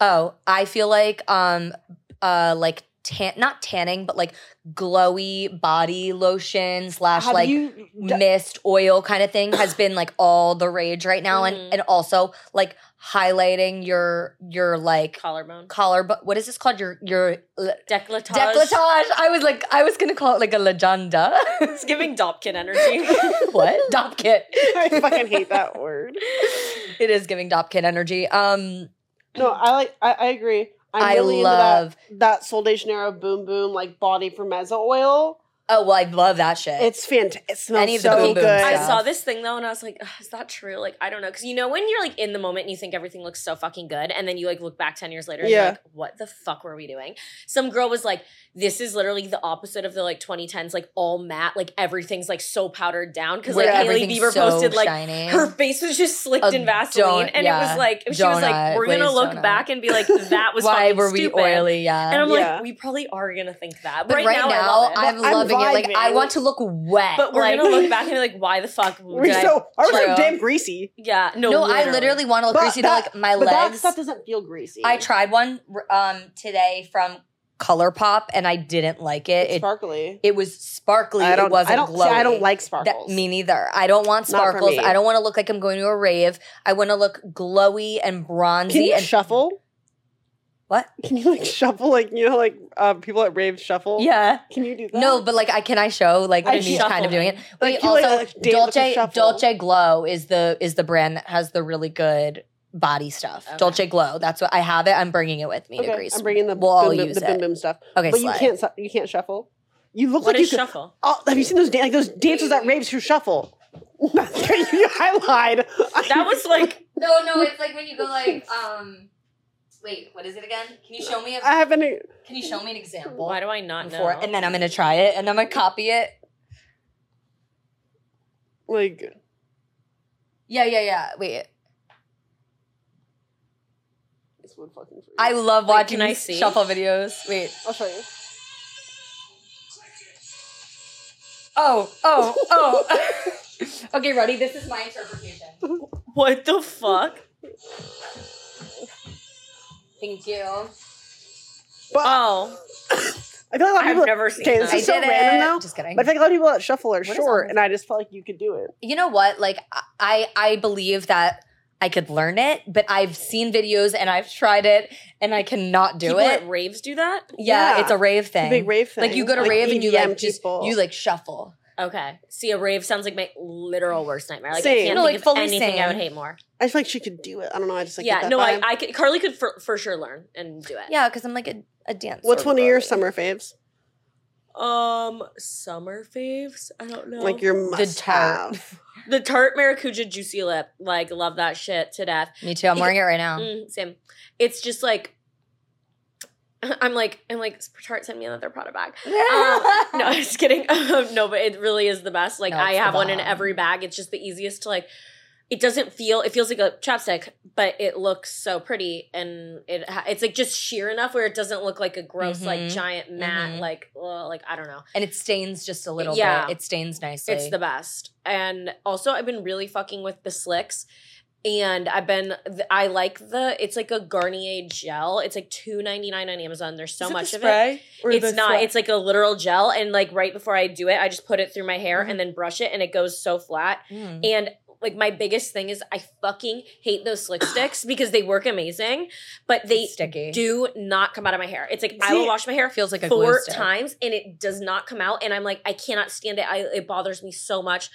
Speaker 2: Oh, I feel like um uh like tan not tanning but like glowy body lotion slash
Speaker 3: have
Speaker 2: like
Speaker 3: you d-
Speaker 2: mist oil kind of thing has been like all the rage right now
Speaker 1: Mhm.
Speaker 2: and and also like highlighting your your like
Speaker 1: collarbone,
Speaker 2: collar but what is this called your your uh, le-
Speaker 1: decolletage.
Speaker 2: decolletage I was like I was gonna call it like a legenda
Speaker 1: It's giving Dopkin energy.
Speaker 2: what Dopkit
Speaker 3: I fucking hate that word.
Speaker 2: it is giving Dopkin energy. Um,
Speaker 3: No, I like I, I agree. I'm
Speaker 2: i
Speaker 3: really
Speaker 2: love.
Speaker 3: into that, that Sol de Janeiro boom boom like body for mezzo oil.
Speaker 2: Oh well, I love that shit.
Speaker 3: It's fantastic. It smells
Speaker 2: Any of the
Speaker 3: so
Speaker 2: boom boom
Speaker 3: good.
Speaker 1: I
Speaker 2: stuff.
Speaker 1: saw this thing though, and I was like, "Ugh, "Is that true?" Like, I don't know, because you know when you're like in the moment and you think everything looks so fucking good, and then you like look back ten years later, and
Speaker 3: Yeah.
Speaker 1: you're like, "What the fuck were we doing?" Some girl was like, "This is literally the opposite of the like 2010s, like all matte, like everything's like so powdered down." Because like
Speaker 2: Where
Speaker 1: Haley
Speaker 2: everything's
Speaker 1: Bieber
Speaker 2: so
Speaker 1: posted like
Speaker 2: shiny.
Speaker 1: her face was just slicked
Speaker 2: A
Speaker 1: in Vaseline,
Speaker 2: donut,
Speaker 1: and it
Speaker 2: yeah.
Speaker 1: was like she was
Speaker 2: Donut,
Speaker 1: like, "We're gonna
Speaker 2: glazed
Speaker 1: look
Speaker 2: donut.
Speaker 1: back and be like, that was
Speaker 2: why
Speaker 1: fucking
Speaker 2: were we
Speaker 1: stupid.
Speaker 2: oily?
Speaker 1: And
Speaker 2: Yeah.
Speaker 1: I'm
Speaker 3: Yeah.
Speaker 1: like, we probably are gonna think that,
Speaker 2: But right, now,
Speaker 1: I love it.
Speaker 2: I'm,
Speaker 3: I'm
Speaker 2: loving it. Like I
Speaker 3: vibing.
Speaker 2: want to look wet.
Speaker 3: But
Speaker 1: we're
Speaker 2: like,
Speaker 1: gonna look back and be like, why the fuck
Speaker 3: We're
Speaker 1: did I?
Speaker 3: so, ours
Speaker 2: True.
Speaker 3: are damn greasy.
Speaker 1: Yeah, no,
Speaker 2: no, I literally want to look
Speaker 3: But
Speaker 2: greasy. like
Speaker 3: that-
Speaker 2: my
Speaker 3: but that
Speaker 2: legs.
Speaker 3: stuff doesn't feel greasy.
Speaker 2: I tried one r- um today from ColourPop and I didn't like it.
Speaker 3: It's
Speaker 2: It,
Speaker 3: sparkly.
Speaker 2: it was sparkly.
Speaker 3: I don't.
Speaker 2: it wasn't
Speaker 3: I don't. see,
Speaker 2: glowy.
Speaker 3: I don't like
Speaker 2: that,
Speaker 3: sparkles.
Speaker 2: me neither. I don't want
Speaker 3: Not for
Speaker 2: sparkles.
Speaker 3: me.
Speaker 2: I don't want to look like I'm going to a rave. I want to look glowy and bronzy
Speaker 3: Can you
Speaker 2: and
Speaker 3: shuffle?
Speaker 2: what?
Speaker 3: Can you like shuffle like you know like uh, people at raves shuffle?
Speaker 2: Yeah.
Speaker 3: Can you do that?
Speaker 2: No, but like I can I show like
Speaker 3: I
Speaker 2: me
Speaker 3: shuffle
Speaker 2: kind of doing it. But
Speaker 3: Like, you,
Speaker 2: also
Speaker 3: like, like, dance with the
Speaker 2: Dolce
Speaker 3: shuffle.
Speaker 2: Dolce Glow is the is the brand that has the really good body stuff.
Speaker 1: Okay.
Speaker 2: Dolce Glow. That's what I have it. I'm bringing it with me to
Speaker 3: Okay,
Speaker 2: Greece.
Speaker 3: I'm bringing the
Speaker 2: We'll all
Speaker 3: boom, boom,
Speaker 2: use
Speaker 3: the
Speaker 2: it.
Speaker 3: boom boom stuff.
Speaker 2: okay,
Speaker 3: but you
Speaker 2: slay.
Speaker 3: can't. su- You can't shuffle. You look
Speaker 1: What
Speaker 3: like you
Speaker 1: is
Speaker 3: could.
Speaker 1: shuffle?
Speaker 3: Oh, have you seen those dan- like those dancers at raves who shuffle? I lied.
Speaker 1: That was like
Speaker 2: No, no, it's like when you go like um wait, what is it again? Can you show me a
Speaker 3: I haven't. e,
Speaker 2: can you show me an example?
Speaker 1: why do I not know?
Speaker 2: before and then I'm gonna try it and I'm gonna copy it.
Speaker 3: Like
Speaker 2: Yeah, yeah, yeah. Wait.
Speaker 3: this one fucking. Freak.
Speaker 2: I love
Speaker 1: Wait,
Speaker 2: watching
Speaker 1: can I see?
Speaker 2: shuffle videos. Wait.
Speaker 3: I'll show you.
Speaker 2: Oh, oh, oh. okay, ready? This is my interpretation.
Speaker 1: what the fuck?
Speaker 2: Thank you.
Speaker 3: But
Speaker 1: Oh,
Speaker 3: I feel like a lot of
Speaker 1: I've
Speaker 3: people.
Speaker 1: never seen
Speaker 3: okay,
Speaker 1: that.
Speaker 3: this is so random though.
Speaker 2: Just kidding.
Speaker 3: But I feel like a lot of people that shuffle are
Speaker 2: is
Speaker 3: short,
Speaker 2: all
Speaker 3: and I just felt like you could do it.
Speaker 2: you know what? Like I I believe that I could learn it, but I've seen videos and I've tried it and I cannot do
Speaker 1: People
Speaker 2: it.
Speaker 1: at raves do that.
Speaker 2: yeah,
Speaker 3: Yeah.
Speaker 2: it's a rave
Speaker 3: It's
Speaker 2: thing.
Speaker 3: a big rave thing.
Speaker 2: Like you go to rave and you like
Speaker 3: EDM
Speaker 2: just
Speaker 3: people.
Speaker 2: you like shuffle.
Speaker 1: Okay, see, a rave sounds like my literal worst nightmare. Like I
Speaker 3: Same.
Speaker 1: can't
Speaker 2: No,
Speaker 1: think
Speaker 2: like,
Speaker 1: of
Speaker 2: fully
Speaker 1: anything I
Speaker 2: same.
Speaker 1: would hate more.
Speaker 3: I just feel like she could do it. I don't know. I just like get
Speaker 1: yeah,
Speaker 3: that
Speaker 1: no, I,
Speaker 3: vibe.
Speaker 1: I could. Carly could for, for sure learn and do it.
Speaker 2: Yeah, because I'm like a, a dancer.
Speaker 3: What's one of your
Speaker 2: girly.
Speaker 3: summer faves?
Speaker 1: Um, summer faves. I don't know.
Speaker 3: Like your
Speaker 2: The
Speaker 3: must
Speaker 2: tart.
Speaker 3: have.
Speaker 1: the tart maracuja juicy lip. Like love that shit to death.
Speaker 2: Me too. I'm wearing it right now.
Speaker 1: Mm, same. It's just like. I'm like I'm like Tart sent me another Prada bag. Um, no, I'm just kidding. no, but it really is the best. Like
Speaker 2: No,
Speaker 1: I
Speaker 2: it's the
Speaker 1: have one in
Speaker 2: bomb.
Speaker 1: every bag. It's just the easiest to like. It doesn't feel. It feels like a chapstick, but it looks so pretty, and it ha- it's like just sheer enough where it doesn't look like a gross like
Speaker 2: Mhm.
Speaker 1: giant matte
Speaker 2: Mhm.
Speaker 1: like ugh, like I don't know.
Speaker 2: and it stains just a little
Speaker 1: Yeah.
Speaker 2: bit. It stains nicely.
Speaker 1: It's the best. And also, I've been really fucking with the slicks. And I've been, th- I like the, it's like a Garnier gel. It's like two ninety nine on Amazon. There's so much of it. It's not, it's like a literal gel. And like right before I do it, I just put it through my hair and then brush it and it goes so flat.
Speaker 2: Mm.
Speaker 1: And like my biggest thing is I fucking hate those slick sticks because they work amazing, but they
Speaker 2: It's sticky.
Speaker 1: do not come out of my hair. It's like I will
Speaker 3: See,
Speaker 1: wash my hair
Speaker 2: feels like a glue
Speaker 1: four
Speaker 2: stick.
Speaker 1: times and it does not come out. And I'm like, I cannot stand it. I, it bothers me so much.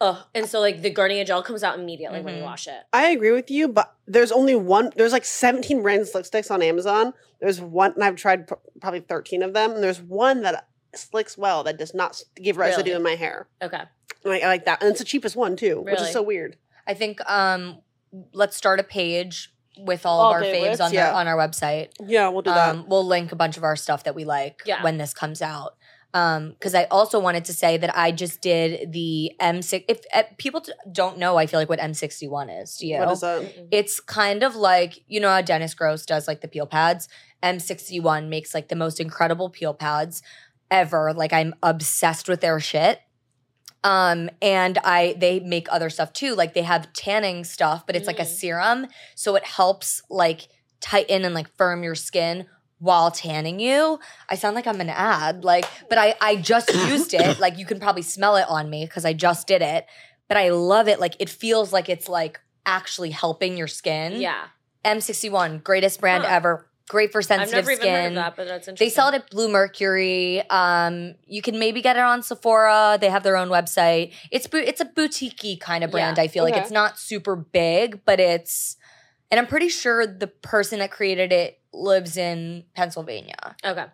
Speaker 1: Ugh. And so like the Garnier gel comes out immediately when you
Speaker 2: Mhm.
Speaker 1: wash it.
Speaker 3: I agree with you, but there's only one. There's like 17 brands of lipsticks on Amazon. There's one, and I've tried pr- probably 13 of them. And there's one that slicks well that does not s- give residue
Speaker 1: Really?
Speaker 3: in my hair.
Speaker 1: Okay.
Speaker 3: And I, I like that, and it's the cheapest one too, which
Speaker 1: Really?
Speaker 3: is so weird.
Speaker 2: I think um, let's start a page with all,
Speaker 3: All
Speaker 2: of our
Speaker 3: day
Speaker 2: faves
Speaker 3: lists,
Speaker 2: on the-
Speaker 3: yeah.
Speaker 2: on our website.
Speaker 3: Yeah, we'll do that.
Speaker 2: Um, we'll link a bunch of our stuff that we like
Speaker 1: Yeah.
Speaker 2: when this comes out. Because I also wanted to say that I just did the M6. If uh, people t- don't know, I feel like what M61 is. Do you?
Speaker 3: What is that?
Speaker 1: Mm-mm.
Speaker 2: it's kind of like you know how Dennis Gross does like the peel pads. M61 makes like the most incredible peel pads ever. Like I'm obsessed with their shit. Um and I they make other stuff too. Like they have tanning stuff, but it's like a
Speaker 1: Mm.
Speaker 2: serum, so it helps like tighten and like firm your skin while tanning you. I sound like I'm an ad, like but I I just used it. Like you can probably smell it on me cuz I just did it. But I love it. Like it feels like it's like actually helping your skin.
Speaker 1: Yeah.
Speaker 2: M61, greatest brand
Speaker 1: Huh.
Speaker 2: ever. Great for
Speaker 1: I've
Speaker 2: sensitive
Speaker 1: never even heard of
Speaker 2: skin.
Speaker 1: that, but that's interesting.
Speaker 2: They sell it at Blue Mercury. Um, you can maybe get it on Sephora. They have their own website. It's bo- it's a boutique kind of brand.
Speaker 1: Yeah.
Speaker 2: I feel like
Speaker 3: Okay.
Speaker 2: it's not super big, but it's. And I'm pretty sure the person that created it lives in Pennsylvania.
Speaker 1: Okay.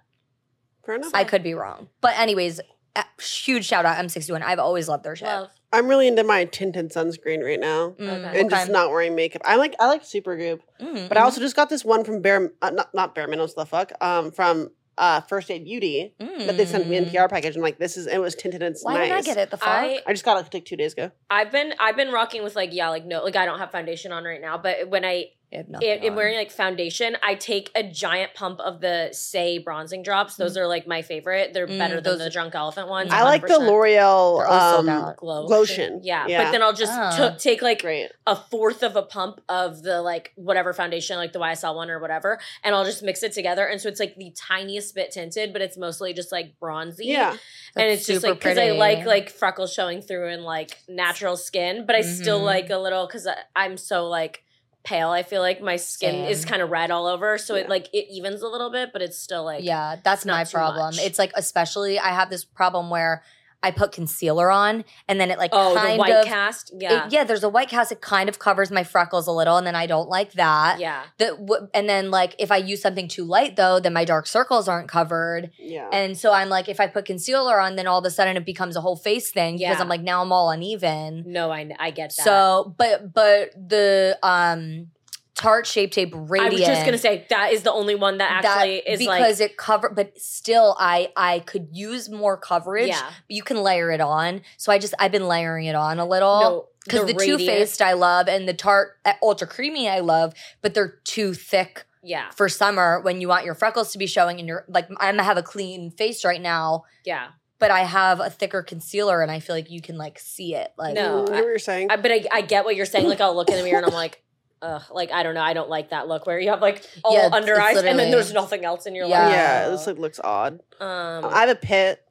Speaker 3: Fair enough.
Speaker 2: I could be wrong, but anyways, uh, huge shout out M61. I've always loved their shit.
Speaker 1: Love.
Speaker 3: I'm really into my tinted sunscreen right now.
Speaker 2: Mm,
Speaker 1: Okay.
Speaker 3: And just
Speaker 2: okay.
Speaker 3: not wearing makeup. I like I like Supergoop,
Speaker 2: Mm,
Speaker 3: but I also just got this one from Bare uh, not not Bare Minerals the fuck um from uh First Aid Beauty
Speaker 2: mm.
Speaker 3: that they sent me in PR package. I'm like this is it was tinted and it's
Speaker 2: Why
Speaker 3: nice.
Speaker 2: did I get it? The fuck?
Speaker 1: I
Speaker 3: I just got it like two days ago.
Speaker 1: I've been I've been rocking with like yeah like no like I don't have foundation on right now but when I
Speaker 2: I have nothing
Speaker 1: it, am
Speaker 2: on.
Speaker 1: wearing like foundation I take a giant pump of the Say bronzing drops those are like my favorite they're
Speaker 2: Mm,
Speaker 1: better than
Speaker 2: those-
Speaker 1: the Drunk Elephant ones
Speaker 3: I like the
Speaker 1: 100%.
Speaker 3: L'Oreal
Speaker 2: They're all sold
Speaker 3: um,
Speaker 2: out.
Speaker 1: glow
Speaker 3: lotion.
Speaker 1: Oh, yeah,
Speaker 3: Yeah.
Speaker 1: but then I'll just
Speaker 2: Oh.
Speaker 1: took- take like
Speaker 3: great.
Speaker 1: a fourth of a pump of the like whatever foundation, like the YSL one or whatever, and I'll just mix it together. And so it's like the tiniest bit tinted, but it's mostly just like bronzy.
Speaker 3: Yeah,
Speaker 1: and
Speaker 2: That's
Speaker 1: it's just
Speaker 2: super
Speaker 1: like because I
Speaker 2: pretty.
Speaker 1: like like freckles showing through and like natural skin, but I still
Speaker 2: Mhm.
Speaker 1: like a little because I'm so like pale. I feel like my skin
Speaker 2: Same.
Speaker 1: is kind of red all over, so
Speaker 3: Yeah.
Speaker 1: it like it evens a little bit, but it's still like
Speaker 2: yeah, that's
Speaker 1: not
Speaker 2: my
Speaker 1: too
Speaker 2: problem.
Speaker 1: much.
Speaker 2: It's like especially I have this problem where I put concealer on and then it like
Speaker 1: oh
Speaker 2: kind
Speaker 1: the white
Speaker 2: of
Speaker 1: cast
Speaker 2: it-
Speaker 1: yeah
Speaker 2: yeah, there's a white cast. It kind of covers my freckles a little, and then I don't like that.
Speaker 1: yeah
Speaker 2: The, w- and then like if I use something too light though, then my dark circles aren't covered.
Speaker 3: yeah.
Speaker 2: And so I'm like, if I put concealer on, then all of a sudden it becomes a whole face thing because
Speaker 1: Yeah.
Speaker 2: I'm like now I'm all uneven.
Speaker 1: no I I get that
Speaker 2: So, but but the um tart shape tape
Speaker 1: I
Speaker 2: radiant.
Speaker 1: was just gonna say that is the only one that actually
Speaker 2: that-
Speaker 1: is like
Speaker 2: because it cover, but still I I could use more coverage.
Speaker 1: Yeah.
Speaker 2: but you can layer it on. So I just I've been layering it on a little because the, Too
Speaker 1: radiant-
Speaker 2: Faced I love and the tart uh, ultra creamy I love, but they're too thick
Speaker 1: Yeah,
Speaker 2: for summer when you want your freckles to be showing and you're like I'm have a clean face right now.
Speaker 1: yeah.
Speaker 2: But I have a thicker concealer, and I feel like you can like see it. Like,
Speaker 1: No,
Speaker 3: Mm, you know
Speaker 1: I-
Speaker 3: what you're saying.
Speaker 1: I, but I, I get what you're saying. Like I'll look in the mirror and I'm like, ugh, like I don't know, I don't like that look where you have like all
Speaker 2: Yeah, it's-
Speaker 1: under
Speaker 2: it's
Speaker 1: eyes and then
Speaker 2: literally-
Speaker 1: there's nothing else in your
Speaker 2: Yeah.
Speaker 1: life.
Speaker 3: yeah, this like looks odd.
Speaker 1: um, mm-hmm.
Speaker 3: I have a pit.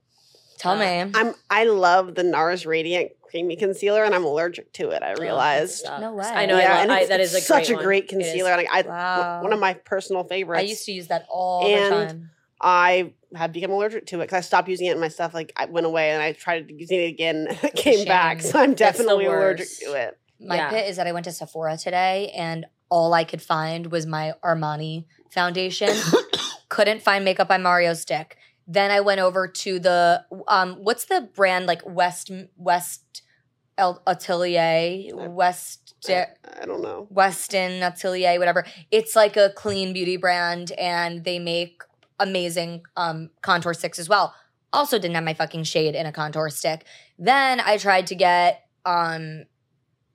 Speaker 2: tell me,
Speaker 1: Uh,
Speaker 3: I'm I love the NARS Radiant Creamy Concealer, and I'm allergic to it. I
Speaker 1: ugh,
Speaker 3: realized.
Speaker 1: sucks.
Speaker 2: No way.
Speaker 1: Oh, I know.
Speaker 2: Yeah,
Speaker 1: I
Speaker 3: and
Speaker 1: love, I,
Speaker 3: it's-
Speaker 1: that
Speaker 3: it's
Speaker 1: is a
Speaker 3: such
Speaker 1: great
Speaker 3: a
Speaker 1: one.
Speaker 3: great
Speaker 1: It is.
Speaker 3: concealer. Like I,
Speaker 2: Wow.
Speaker 3: one of my personal favorites.
Speaker 2: I used to use that all
Speaker 3: And-
Speaker 2: the time.
Speaker 3: I have become allergic to it because I stopped using it in my stuff. Like I went away and I tried using it again, it came
Speaker 2: shame.
Speaker 3: back. So I'm
Speaker 1: That's the
Speaker 3: definitely allergic
Speaker 1: worst.
Speaker 3: to it.
Speaker 2: My
Speaker 1: Yeah.
Speaker 2: pit is that I went to Sephora today and all I could find was my Armani foundation. Couldn't find makeup by Mario Stick. Then I went over to the um what's the brand like West West El- Atelier West
Speaker 3: I, I don't know.
Speaker 2: Weston Atelier whatever. It's like a clean beauty brand and they make amazing um contour sticks as well. Also didn't have my fucking shade in a contour stick. Then I tried to get um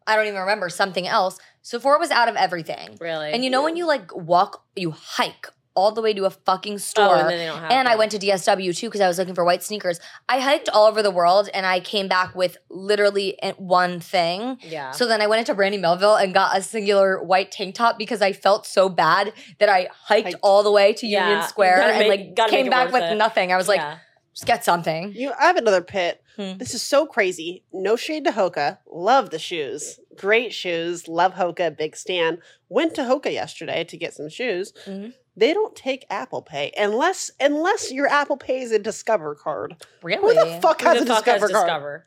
Speaker 2: I don't even remember something else. Sephora was out of everything.
Speaker 1: Really.
Speaker 2: And you know when you like walk you hike all the way to a fucking
Speaker 1: Oh,
Speaker 2: store
Speaker 1: and then they don't have.
Speaker 2: and I
Speaker 1: that.
Speaker 2: went to DSW too because I was looking for white sneakers. I hiked all over the world and I came back with literally eh, one thing.
Speaker 1: Yeah.
Speaker 2: So then I went into Brandy Melville and got a singular white tank top because I felt so bad that I hiked
Speaker 3: Hiked.
Speaker 2: all the way to
Speaker 1: Yeah,
Speaker 2: Union
Speaker 1: you
Speaker 2: Square
Speaker 1: gotta
Speaker 2: and
Speaker 1: make-
Speaker 2: like
Speaker 1: gotta make
Speaker 2: came
Speaker 1: it
Speaker 2: back
Speaker 1: worth
Speaker 2: with
Speaker 1: it.
Speaker 2: nothing. I was like,
Speaker 1: Yeah.
Speaker 2: just get something.
Speaker 3: You, I have another pit.
Speaker 2: Hmm.
Speaker 3: This is so crazy. No shade to Hoka. Love the shoes. Great shoes. Love Hoka. Big stan. Went to Hoka yesterday to get some shoes.
Speaker 2: Mhm.
Speaker 3: They don't take Apple Pay unless unless your Apple Pay is a Discover card.
Speaker 2: Really?
Speaker 3: Who the fuck
Speaker 1: Who
Speaker 3: has
Speaker 1: the
Speaker 3: a
Speaker 1: fuck has
Speaker 3: Discover card?
Speaker 1: Discover?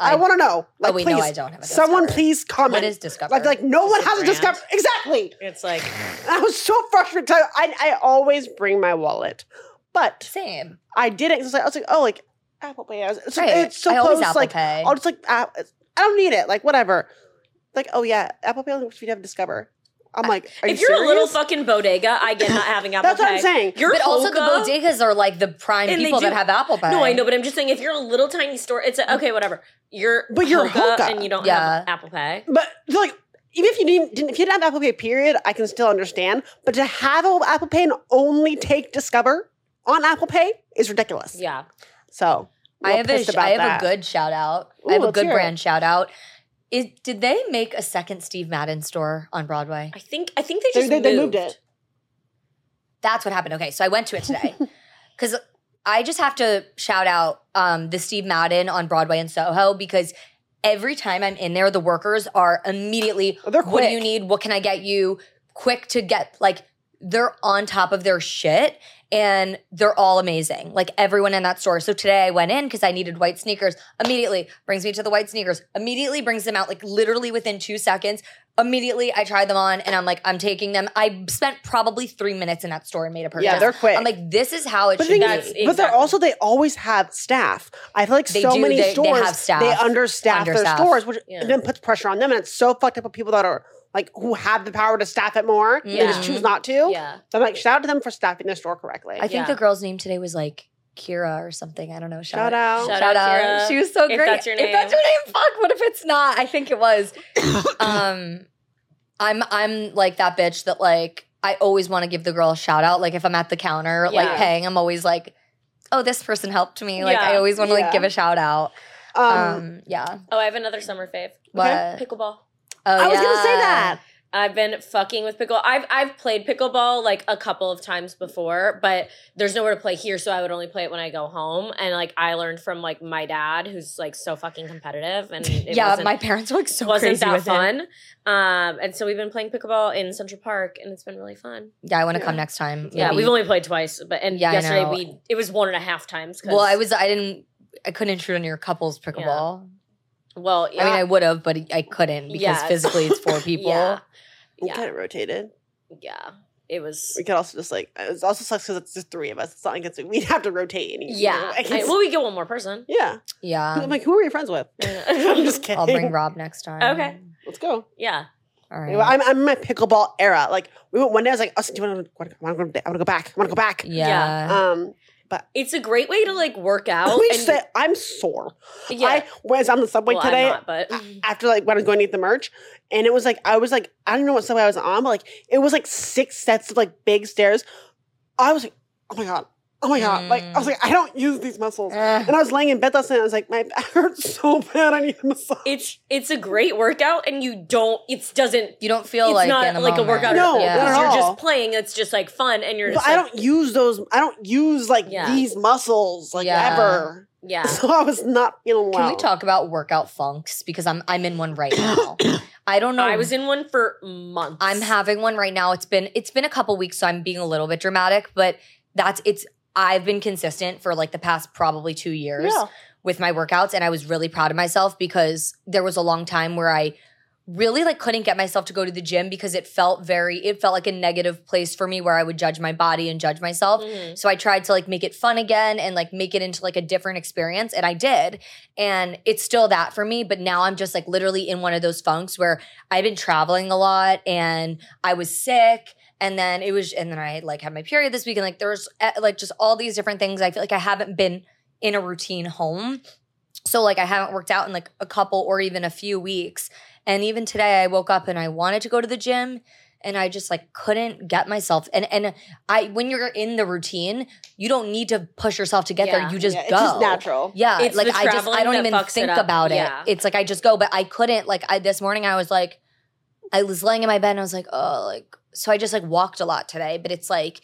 Speaker 3: I, want to know.
Speaker 2: Oh,
Speaker 3: Like,
Speaker 2: wait,
Speaker 3: please,
Speaker 2: no, I don't have a
Speaker 3: someone,
Speaker 2: Discover.
Speaker 3: please comment.
Speaker 2: What is Discover?
Speaker 3: like, like no
Speaker 1: It's
Speaker 3: one
Speaker 1: a
Speaker 3: has a
Speaker 1: brand.
Speaker 3: discover. Exactly.
Speaker 1: It's like
Speaker 3: I was so frustrated. I, I always bring my wallet, but
Speaker 2: Same.
Speaker 3: I did it. 'cause I was like, oh, like Apple Pay. I was- It's,
Speaker 2: Right.
Speaker 3: it's so
Speaker 2: I always
Speaker 3: close.
Speaker 2: Apple
Speaker 3: like
Speaker 2: Pay.
Speaker 3: I'll just like I, I don't need it. Like whatever. Like oh yeah, Apple Pay only works if you have Discover. I'm like, are
Speaker 1: if
Speaker 3: you
Speaker 1: you're a little
Speaker 3: serious?
Speaker 1: fucking bodega, I get not having Apple
Speaker 3: That's
Speaker 1: Pay.
Speaker 3: what I'm saying.
Speaker 1: You're
Speaker 2: but also the
Speaker 1: Hoka?
Speaker 2: bodegas are like the prime
Speaker 1: And they
Speaker 2: people that
Speaker 1: do-
Speaker 2: have Apple Pay.
Speaker 1: No, I know, but I'm just saying if you're a little tiny store, it's
Speaker 2: Mm.
Speaker 1: a, okay, whatever. You're
Speaker 3: But you're Hoka.
Speaker 1: and you don't
Speaker 2: Yeah.
Speaker 1: have Apple Pay.
Speaker 3: But like, even if you didn't, didn't, if you didn't have Apple Pay, period, I can still understand. But to have a Apple Pay and only take Discover on Apple Pay is ridiculous.
Speaker 1: Yeah,
Speaker 3: So
Speaker 2: I
Speaker 3: we're
Speaker 2: have a
Speaker 3: pissed
Speaker 2: sh- I have
Speaker 3: that.
Speaker 2: a good shout out.
Speaker 3: Ooh,
Speaker 2: I have a
Speaker 3: let's
Speaker 2: good
Speaker 3: hear it.
Speaker 2: brand shout out. Is, did they make a second Steve Madden store on Broadway?
Speaker 1: I think I think they
Speaker 3: They,
Speaker 1: just
Speaker 3: they,
Speaker 1: moved.
Speaker 3: they moved it.
Speaker 2: That's what happened. Okay, so I went to it today because I just have to shout out um, the Steve Madden on Broadway in Soho because every time I'm in there, the workers are immediately,
Speaker 3: Oh, They're quick.
Speaker 2: "What do you need? What can I get you?" Quick to get like they're on top of their shit and they're all amazing. Like everyone in that store. So today I went in because I needed white sneakers. Immediately brings me to the white sneakers. Immediately brings them out like literally within two seconds. Immediately, I tried them on and I'm like, I'm taking them. I spent probably three minutes in that store and made a purchase.
Speaker 3: Yeah, they're quick.
Speaker 2: I'm like, this is how it
Speaker 3: But, the
Speaker 2: should
Speaker 3: thing
Speaker 2: be.
Speaker 1: that's
Speaker 3: is, but they're
Speaker 1: exactly-
Speaker 3: also they always have staff. I feel like
Speaker 2: They
Speaker 3: so
Speaker 2: do,
Speaker 3: many
Speaker 2: they- they
Speaker 3: stores
Speaker 2: have staff.
Speaker 3: they understaff their
Speaker 2: Understaff.
Speaker 3: stores, which
Speaker 1: Yeah.
Speaker 3: then puts pressure on them, and it's so fucked up with people that are like who have the power to staff it more
Speaker 2: Yeah.
Speaker 3: and just choose not to.
Speaker 1: yeah.
Speaker 3: So I'm like, shout out to them for staffing their store correctly.
Speaker 2: I think
Speaker 1: Yeah.
Speaker 2: the girl's name today was like Kira or something. I don't know. Shout,
Speaker 3: shout
Speaker 2: out.
Speaker 3: out.
Speaker 1: Shout out,
Speaker 2: Shout, out.
Speaker 1: Kira.
Speaker 2: She was so
Speaker 1: If
Speaker 2: great.
Speaker 1: that's your
Speaker 2: If that's
Speaker 1: name.
Speaker 2: your name, fuck. What if it's not? I think it was. um, I'm I'm like that bitch that like I always want to give the girl a shout out. Like if I'm at the counter
Speaker 1: Yeah.
Speaker 2: like paying, I'm always like, oh, this person helped me. Like
Speaker 1: Yeah.
Speaker 2: I always want to
Speaker 3: Yeah.
Speaker 2: like give a shout out.
Speaker 3: Um,
Speaker 2: Um, yeah.
Speaker 1: Oh, I have another summer fave.
Speaker 2: What?
Speaker 1: Pickleball.
Speaker 2: Oh,
Speaker 3: I was gonna say
Speaker 2: yeah.
Speaker 3: that.
Speaker 1: I've been fucking with pickleball. I've I've played pickleball like a couple of times before, but there's nowhere to play here, so I would only play it when I go home. And like I learned from like my dad, who's like so fucking competitive, and it
Speaker 2: yeah,
Speaker 1: wasn't,
Speaker 2: my parents were like so
Speaker 1: wasn't
Speaker 2: crazy
Speaker 1: that
Speaker 2: with it.
Speaker 1: fun. Um, and so we've been playing pickleball in Central Park, and it's been really fun.
Speaker 2: Yeah, I want to
Speaker 3: Yeah.
Speaker 2: come next time.
Speaker 1: Yeah,
Speaker 2: Maybe.
Speaker 1: we've only played twice, but and
Speaker 2: Yeah, I
Speaker 1: yesterday
Speaker 2: know.
Speaker 1: we it was one and a half times. 'cause-
Speaker 2: Well, I was. I didn't. I couldn't intrude on your couples pickleball.
Speaker 1: well. Yeah,
Speaker 2: I mean, I would have, but I couldn't because
Speaker 1: Yeah.
Speaker 2: physically it's four people.
Speaker 1: Yeah.
Speaker 3: We
Speaker 1: Yeah.
Speaker 3: could have rotated.
Speaker 1: yeah, it was.
Speaker 3: We could also just like it also sucks because it's just three of us. It's not like it's we'd have to rotate. Any
Speaker 1: Yeah,
Speaker 3: I
Speaker 1: I- well, we get one more person.
Speaker 3: yeah.
Speaker 2: Yeah.
Speaker 3: I'm like, who are your friends with? I'm just kidding.
Speaker 2: Um, I'll bring Rob next time.
Speaker 1: Okay.
Speaker 3: Let's go.
Speaker 1: yeah,
Speaker 2: All right.
Speaker 3: Anyway, I'm, I'm in my pickleball era. Like we went one day, I was like, oh, do you want to? I want to go back. I want to go back.
Speaker 2: yeah.
Speaker 3: Um,
Speaker 1: it's a great way to like work out.
Speaker 3: let me
Speaker 1: Oh, and-
Speaker 3: just say, I'm sore.
Speaker 1: yeah,
Speaker 3: I was on the subway
Speaker 1: well, I'm
Speaker 3: today
Speaker 1: not, but
Speaker 3: after like when I was going to get the merch, and it was like I was like I don't even know what subway I was on, but like it was like six sets of like big stairs. I was like, oh my god, oh my god, like I was
Speaker 1: Mm.
Speaker 3: like I don't use these muscles.
Speaker 2: Ugh.
Speaker 1: Uh,
Speaker 3: And I was laying in bed last night. and I was like, my back hurts so bad. I need a massage.
Speaker 1: it's it's a great workout, and you don't. It doesn't.
Speaker 2: you don't feel
Speaker 1: it's
Speaker 2: like
Speaker 1: not
Speaker 2: in the
Speaker 1: like
Speaker 2: moment.
Speaker 1: a workout.
Speaker 3: No,
Speaker 1: at
Speaker 2: yeah.
Speaker 1: all.
Speaker 3: not at
Speaker 1: you're
Speaker 3: all.
Speaker 1: just playing. It's just like fun, and you're.
Speaker 3: But
Speaker 1: Just
Speaker 3: I
Speaker 1: like-
Speaker 3: don't use those. I don't use like
Speaker 1: Yeah.
Speaker 3: these muscles like
Speaker 2: Yeah.
Speaker 3: ever.
Speaker 1: Yeah,
Speaker 3: So I was not feeling
Speaker 2: Can
Speaker 3: well.
Speaker 2: we talk about workout funks? Because I'm I'm in one right now. I don't know.
Speaker 1: I was in one for months.
Speaker 2: I'm having one right now. It's been it's been a couple weeks, so I'm being a little bit dramatic, but that's it's I've been consistent for like the past probably two years.
Speaker 3: Yeah.
Speaker 2: with my workouts and I was really proud of myself because there was a long time where I really like couldn't get myself to go to the gym because it felt very it felt like a negative place for me where I would judge my body and judge myself.
Speaker 1: Mhm.
Speaker 2: So I tried to like make it fun again and like make it into like a different experience and I did. And it's still that for me, but now I'm just like literally in one of those funks where I've been traveling a lot and I was sick and then it was and then I like had my period this week and like there's eh, like just all these different things. I feel like I haven't been in a routine home. So like I haven't worked out in like a couple or even a few weeks. And even today I woke up and I wanted to go to the gym and I just like couldn't get myself and and I when you're in the routine, you don't need to push yourself to get
Speaker 1: Yeah.
Speaker 2: there. You just
Speaker 3: Yeah, it's
Speaker 2: go.
Speaker 3: just natural.
Speaker 2: Yeah,
Speaker 1: It's
Speaker 2: like
Speaker 1: the
Speaker 2: I just
Speaker 1: traveling
Speaker 2: I don't
Speaker 1: that
Speaker 2: even
Speaker 1: fucks it
Speaker 2: think
Speaker 1: up.
Speaker 2: about it.
Speaker 1: Yeah.
Speaker 2: It's like I just go, but I couldn't. Like I this morning I was like, I was laying in my bed and I was like, oh, like so I just like walked a lot today. But it's like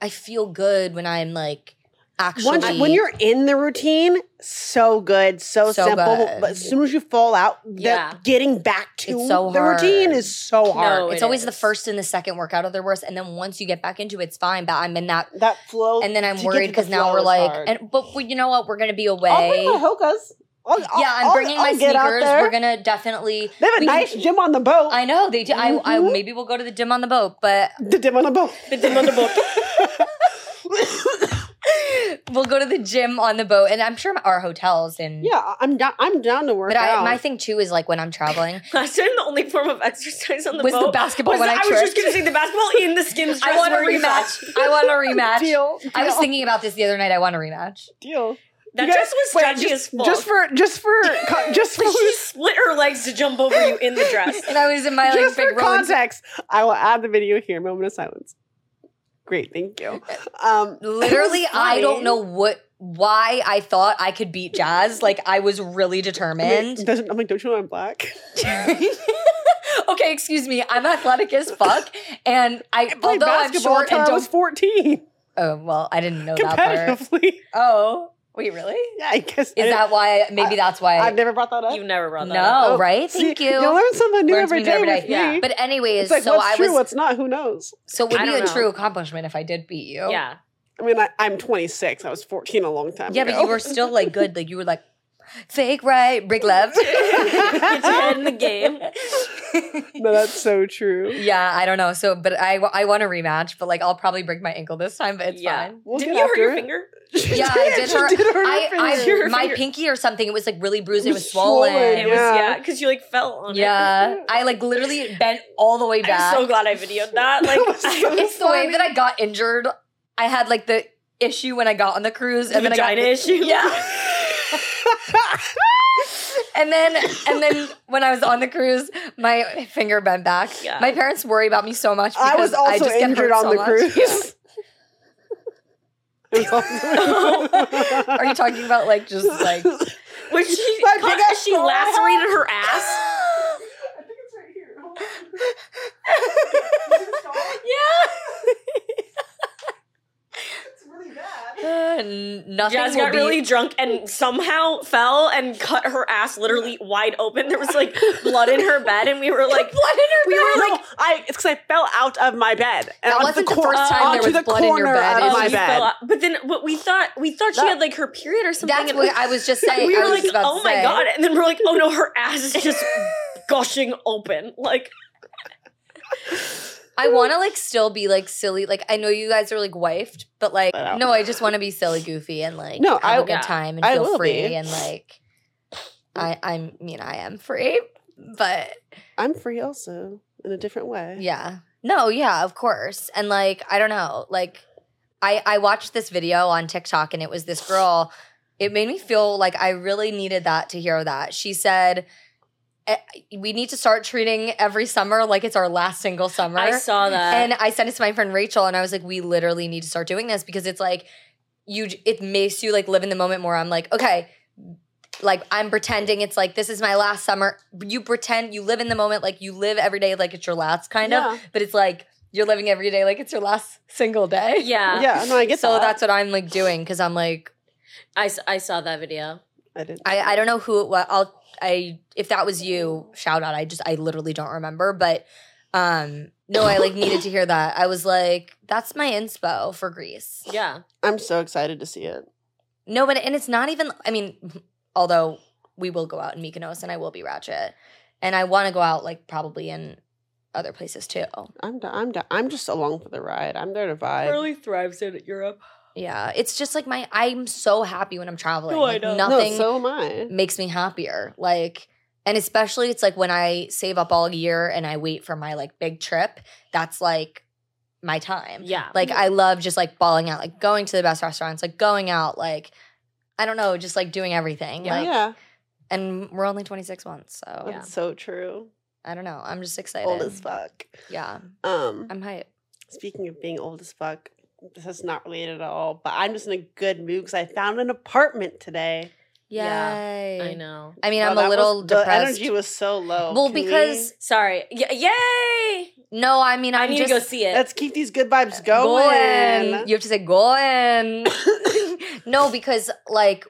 Speaker 2: I feel good when I'm like actually
Speaker 3: Once when you're in the routine, so good, so,
Speaker 2: So
Speaker 3: simple.
Speaker 2: good.
Speaker 3: But as soon as you fall out, the,
Speaker 1: Yeah.
Speaker 3: getting back to
Speaker 2: It's so
Speaker 3: the routine
Speaker 2: hard.
Speaker 3: is so hard.
Speaker 1: Oh, it
Speaker 2: It's always the
Speaker 1: is.
Speaker 2: first and the second workout are the worst, and then once you get back into it, it's fine. But I'm in that,
Speaker 3: That flow,
Speaker 2: and then I'm
Speaker 3: to get
Speaker 2: worried
Speaker 3: to the
Speaker 2: because now
Speaker 3: flow
Speaker 2: we're
Speaker 3: is
Speaker 2: like,
Speaker 3: hard.
Speaker 2: and but well, you know what? We're gonna be away.
Speaker 3: I'll bring my hokas. I'll- I'll-
Speaker 2: yeah, I'm
Speaker 3: I'll-
Speaker 2: bringing my
Speaker 3: I'll get out
Speaker 2: sneakers.
Speaker 3: there.
Speaker 2: We're gonna definitely.
Speaker 3: They have a
Speaker 2: we can-
Speaker 3: nice gym on the boat.
Speaker 2: I know they do. I, I
Speaker 3: Mhm.
Speaker 2: maybe we'll go to the gym on the boat, but
Speaker 3: the gym on the boat.
Speaker 1: The gym on the boat.
Speaker 2: we'll go to the gym on the boat, and I'm sure our hotels and
Speaker 3: yeah, I- I'm down. I'm down to work
Speaker 2: But I,
Speaker 3: out.
Speaker 2: my thing too is like when I'm traveling
Speaker 1: Last time, the only form of exercise on the
Speaker 2: was
Speaker 1: boat
Speaker 2: the basketball
Speaker 1: was-
Speaker 2: when I,
Speaker 1: I was just
Speaker 2: tripped.
Speaker 1: gonna say the basketball in the skins dress.
Speaker 2: I want a
Speaker 1: where you
Speaker 2: rematch. I want a rematch.
Speaker 3: deal.
Speaker 2: I was
Speaker 3: deal,
Speaker 2: thinking about this the other night. I want a rematch.
Speaker 3: deal.
Speaker 1: That
Speaker 3: You guys-
Speaker 1: dress was
Speaker 3: wait,
Speaker 1: stretchy
Speaker 3: just,
Speaker 1: as fuck.
Speaker 3: Just for, just for, co- just for.
Speaker 1: Like, she split her legs to jump over you in the dress.
Speaker 2: And I was in my like
Speaker 3: just for
Speaker 2: big rolling
Speaker 3: context, I will add the video here. Moment of silence. Great, thank you. Um, it was
Speaker 2: literally i don't
Speaker 3: funny.
Speaker 2: know what why i thought i could beat jazz like i was really
Speaker 3: I'm
Speaker 2: determined
Speaker 3: like, doesn't- I'm like, don't you know I'm black?
Speaker 2: okay excuse me i'm athletic as fuck and i,
Speaker 3: I played
Speaker 2: although i'm
Speaker 3: basketball
Speaker 2: short
Speaker 3: until
Speaker 2: and
Speaker 3: I was
Speaker 2: don't
Speaker 3: 14
Speaker 2: oh well i didn't know that part
Speaker 3: competitively.
Speaker 2: oh wait really
Speaker 3: Yeah, I guess. I
Speaker 2: is
Speaker 3: didn't-
Speaker 2: that why maybe that's why
Speaker 3: I've never brought that up.
Speaker 1: You never run that. up.
Speaker 2: no
Speaker 3: Oh,
Speaker 2: right
Speaker 3: See,
Speaker 2: thank
Speaker 3: You
Speaker 2: you
Speaker 3: learn something new
Speaker 2: Learn
Speaker 3: every
Speaker 2: something
Speaker 3: day
Speaker 2: new every
Speaker 3: with
Speaker 2: day.
Speaker 1: Yeah.
Speaker 3: me.
Speaker 2: but anyways
Speaker 3: it's like
Speaker 2: so
Speaker 3: what's
Speaker 2: i
Speaker 3: true,
Speaker 2: was
Speaker 3: what's not. Who knows?
Speaker 2: so it would
Speaker 1: I
Speaker 2: be
Speaker 1: don't
Speaker 2: a
Speaker 1: know.
Speaker 2: true accomplishment if i did beat you
Speaker 1: Yeah.
Speaker 3: I mean, I, I'm 26. I was 14 a long time.
Speaker 2: yeah
Speaker 3: ago.
Speaker 2: but you were still like good like you were like fake right break left
Speaker 1: Get your head in the game.
Speaker 3: no, that's so true.
Speaker 2: yeah, I don't know. So, but I, I want a rematch, but like I'll probably break my ankle this time, but it's
Speaker 1: Yeah.
Speaker 2: fine.
Speaker 3: We'll
Speaker 1: Didn't
Speaker 3: get
Speaker 1: you hurt
Speaker 3: after
Speaker 1: your
Speaker 3: it.
Speaker 1: finger?
Speaker 3: She
Speaker 2: Yeah, I did hurt.
Speaker 3: her
Speaker 2: I,
Speaker 3: finger.
Speaker 2: I my
Speaker 1: Finger.
Speaker 2: pinky or something. It was like really bruised.
Speaker 3: It
Speaker 2: It
Speaker 3: was
Speaker 2: was, swollen.
Speaker 3: swollen,
Speaker 1: It was
Speaker 3: Yeah.
Speaker 1: yeah, because you like fell on
Speaker 2: yeah,
Speaker 1: it.
Speaker 2: I like literally bent all the way back.
Speaker 1: I'm so glad I videoed that. Like,
Speaker 3: That was so
Speaker 2: it's the way that I got injured. I had like the issue when I got on the cruise, and then I
Speaker 1: vagina
Speaker 2: got
Speaker 1: issue.
Speaker 2: Yeah, and then and then when I was on the cruise, my finger bent back.
Speaker 1: Yeah.
Speaker 2: My parents worry about me so much. Because
Speaker 3: I was also
Speaker 2: just get
Speaker 3: injured
Speaker 2: hurt
Speaker 3: on
Speaker 2: so
Speaker 3: the
Speaker 2: much.
Speaker 3: cruise. It was also-
Speaker 2: Are you talking about like just like? uh,
Speaker 1: When she,
Speaker 3: My big
Speaker 1: caught-
Speaker 3: ass
Speaker 1: she
Speaker 3: bra.
Speaker 1: lacerated her ass.
Speaker 2: Uh, n- nothing
Speaker 1: Jazz
Speaker 2: will
Speaker 1: got
Speaker 2: be-
Speaker 1: really drunk and somehow fell and cut her ass literally wide open. There was like blood in her bed, and we were like,
Speaker 2: blood in her
Speaker 1: we
Speaker 2: bed.
Speaker 1: were like,
Speaker 3: I it's because I fell out of my bed and
Speaker 2: That
Speaker 3: onto
Speaker 2: wasn't the
Speaker 3: cor-
Speaker 2: first time there
Speaker 3: onto
Speaker 2: was
Speaker 3: the
Speaker 2: blood in your
Speaker 3: corner
Speaker 2: bed. Oh, It's
Speaker 3: of my
Speaker 1: oh, you fell
Speaker 3: bed.
Speaker 1: out. But then what we thought we thought she
Speaker 3: That-
Speaker 1: had like her period or something.
Speaker 2: That's
Speaker 1: and-
Speaker 2: what I was just saying.
Speaker 1: we
Speaker 2: I
Speaker 1: were
Speaker 2: was
Speaker 1: like,
Speaker 2: just about to
Speaker 1: oh my
Speaker 2: say.
Speaker 1: god, and then we're like, oh no, her ass is just gushing open. Like,
Speaker 2: I want to like still be like silly. Like I know you guys are like wifed, but like
Speaker 3: I know.
Speaker 2: no, I just want to be silly, goofy, and like
Speaker 3: oh. No,
Speaker 2: have a
Speaker 3: I-
Speaker 2: good
Speaker 1: yeah.
Speaker 2: time and
Speaker 3: I
Speaker 2: feel
Speaker 3: will
Speaker 2: free
Speaker 3: be.
Speaker 2: and like I I mean I am free, but
Speaker 3: I'm free also in a different way.
Speaker 2: yeah, no, yeah, of course, and like I don't know, like I I watched this video on TikTok and it was this girl. It made me feel like I really needed that to hear that. She said. "Eh, We need to start treating every summer like it's our last single summer.
Speaker 1: saw
Speaker 3: Uh,
Speaker 1: that.
Speaker 2: And I sent it to my friend Rachel, and I was like, we literally need to start doing this because it's like you. j- It makes you like live in the moment more. I'm like, okay, like I'm pretending it's like this is my last summer. You pretend you live in the moment, like you live every day like it's your last kind
Speaker 3: Yeah.
Speaker 2: of, but it's like you're living every day like it's your last single day.
Speaker 1: yeah,
Speaker 3: Yeah, no, I get
Speaker 2: So
Speaker 3: that.
Speaker 2: that's what I'm like doing because I'm like
Speaker 1: I, s- I saw that video.
Speaker 3: I didn't.
Speaker 2: I I don't know who it was. I'll I if that was you, shout out. I just I literally don't remember, but um no, I like needed to hear that. I was like, that's my inspo for Greece.
Speaker 1: Yeah,
Speaker 3: I'm so excited to see it.
Speaker 2: No, but and it's not even I mean, although we will go out in Mykonos and I will be Ratchet. And I want to go out like probably in other places too.
Speaker 3: I'm d I'm d I'm just along for the ride. I'm there to vibe.
Speaker 1: thrives in Europe.
Speaker 2: Yeah. It's just like my I'm so happy when I'm traveling.
Speaker 1: No, I
Speaker 2: Like,
Speaker 1: know. No,
Speaker 2: Nothing
Speaker 3: No, so am I.
Speaker 2: makes me happier. Like, and especially it's like when I save up all year and I wait for my like big trip, that's like my time.
Speaker 1: Yeah,
Speaker 2: Like, I love just like balling out, like going to the best restaurants, like going out, like, I don't know, just like doing everything.
Speaker 1: Yeah.
Speaker 2: Like,
Speaker 3: yeah,
Speaker 2: and we're only 26 months. So
Speaker 1: Yeah.
Speaker 3: that's so true.
Speaker 2: I don't know. I'm just excited.
Speaker 3: Old as fuck.
Speaker 2: Yeah.
Speaker 3: Um,
Speaker 2: I'm hype.
Speaker 3: speaking of being old as fuck, this is not related at all. But I'm just in a good mood because I found an apartment today.
Speaker 1: Yeah,
Speaker 2: Yay.
Speaker 1: I know.
Speaker 2: I mean,
Speaker 3: Wow,
Speaker 2: I'm
Speaker 3: that
Speaker 2: a
Speaker 3: was-
Speaker 2: little depressed.
Speaker 3: The energy was so low.
Speaker 2: well,
Speaker 3: Can we-
Speaker 2: because
Speaker 1: Sorry. Y- yay!
Speaker 2: no, I mean,
Speaker 1: I
Speaker 2: I'm
Speaker 1: need
Speaker 2: just,
Speaker 1: to go see it.
Speaker 3: let's keep these good vibes
Speaker 2: Going.
Speaker 3: going.
Speaker 2: You have to say going. no, because like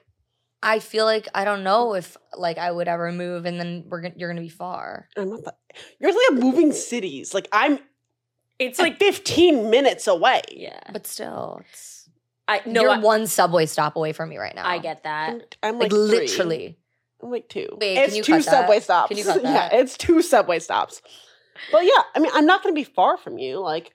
Speaker 2: I feel like I don't know if like I would ever move, and then we're gonna, you're gonna be far.
Speaker 3: I'm not the, you're like moving cities. Like I'm
Speaker 1: it's
Speaker 3: like
Speaker 1: like
Speaker 3: 15 minutes away.
Speaker 1: yeah.
Speaker 2: But still, it's
Speaker 1: I no.
Speaker 2: you're
Speaker 1: I,
Speaker 2: one subway stop away from me right now.
Speaker 1: I get that.
Speaker 3: I'm, I'm
Speaker 2: like,
Speaker 3: like, three.
Speaker 2: literally.
Speaker 3: I'm like two.
Speaker 2: Wait,
Speaker 3: it's
Speaker 2: can you
Speaker 3: two
Speaker 2: cut that?
Speaker 3: subway stops.
Speaker 2: Can you cut that?
Speaker 3: Yeah, it's two subway stops. But yeah, I mean, I'm not gonna be far from you. Like,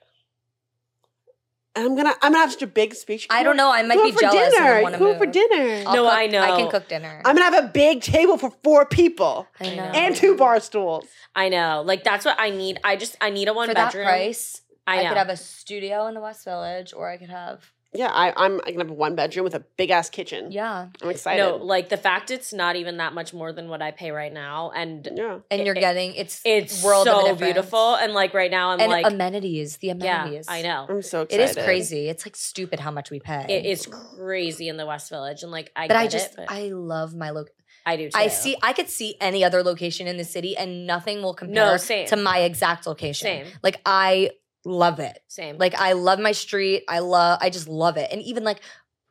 Speaker 3: I'm gonna, I'm gonna have such a big speech.
Speaker 2: I don't know. I might
Speaker 3: Go
Speaker 2: be
Speaker 3: for
Speaker 2: jealous.
Speaker 3: dinner.
Speaker 2: And want to
Speaker 3: Go
Speaker 2: move.
Speaker 3: for dinner.
Speaker 2: I'll
Speaker 1: No,
Speaker 2: cook-
Speaker 1: I
Speaker 2: I can
Speaker 1: know.
Speaker 2: cook dinner.
Speaker 3: I'm gonna have a big table for four people
Speaker 2: I know.
Speaker 3: and two bar stools.
Speaker 1: I know. Like that's what I need. I just I need a one
Speaker 2: for that
Speaker 1: bedroom.
Speaker 2: price.
Speaker 1: I
Speaker 2: I,
Speaker 1: know.
Speaker 2: could have a studio in the West Village, or I could have
Speaker 3: Yeah, I, I'm, I'm gonna have a one bedroom with a big ass kitchen.
Speaker 2: yeah.
Speaker 3: I'm excited.
Speaker 1: no, like the fact it's not even that much more than what I pay right now, and
Speaker 3: yeah,
Speaker 2: And
Speaker 1: It-
Speaker 2: you're
Speaker 1: it-
Speaker 2: getting it's
Speaker 1: it's
Speaker 2: world of a
Speaker 1: so
Speaker 2: difference.
Speaker 1: beautiful. And like right now, I'm
Speaker 2: and
Speaker 1: like,
Speaker 2: amenities. The
Speaker 1: yeah,
Speaker 2: amenities.
Speaker 1: I know.
Speaker 3: I'm so
Speaker 2: It
Speaker 3: excited.
Speaker 2: is crazy. It's like stupid how much we pay.
Speaker 1: It is crazy in the West Village, and like I
Speaker 2: but
Speaker 1: get
Speaker 2: I just
Speaker 1: it, but I,
Speaker 2: I love my look.
Speaker 1: do. Too.
Speaker 2: I see I could see any other location in the city and nothing will compare
Speaker 1: same.
Speaker 2: to my exact location.
Speaker 1: Same.
Speaker 2: Like I love it.
Speaker 1: same.
Speaker 2: Like I love my street. I love I just love it. And even like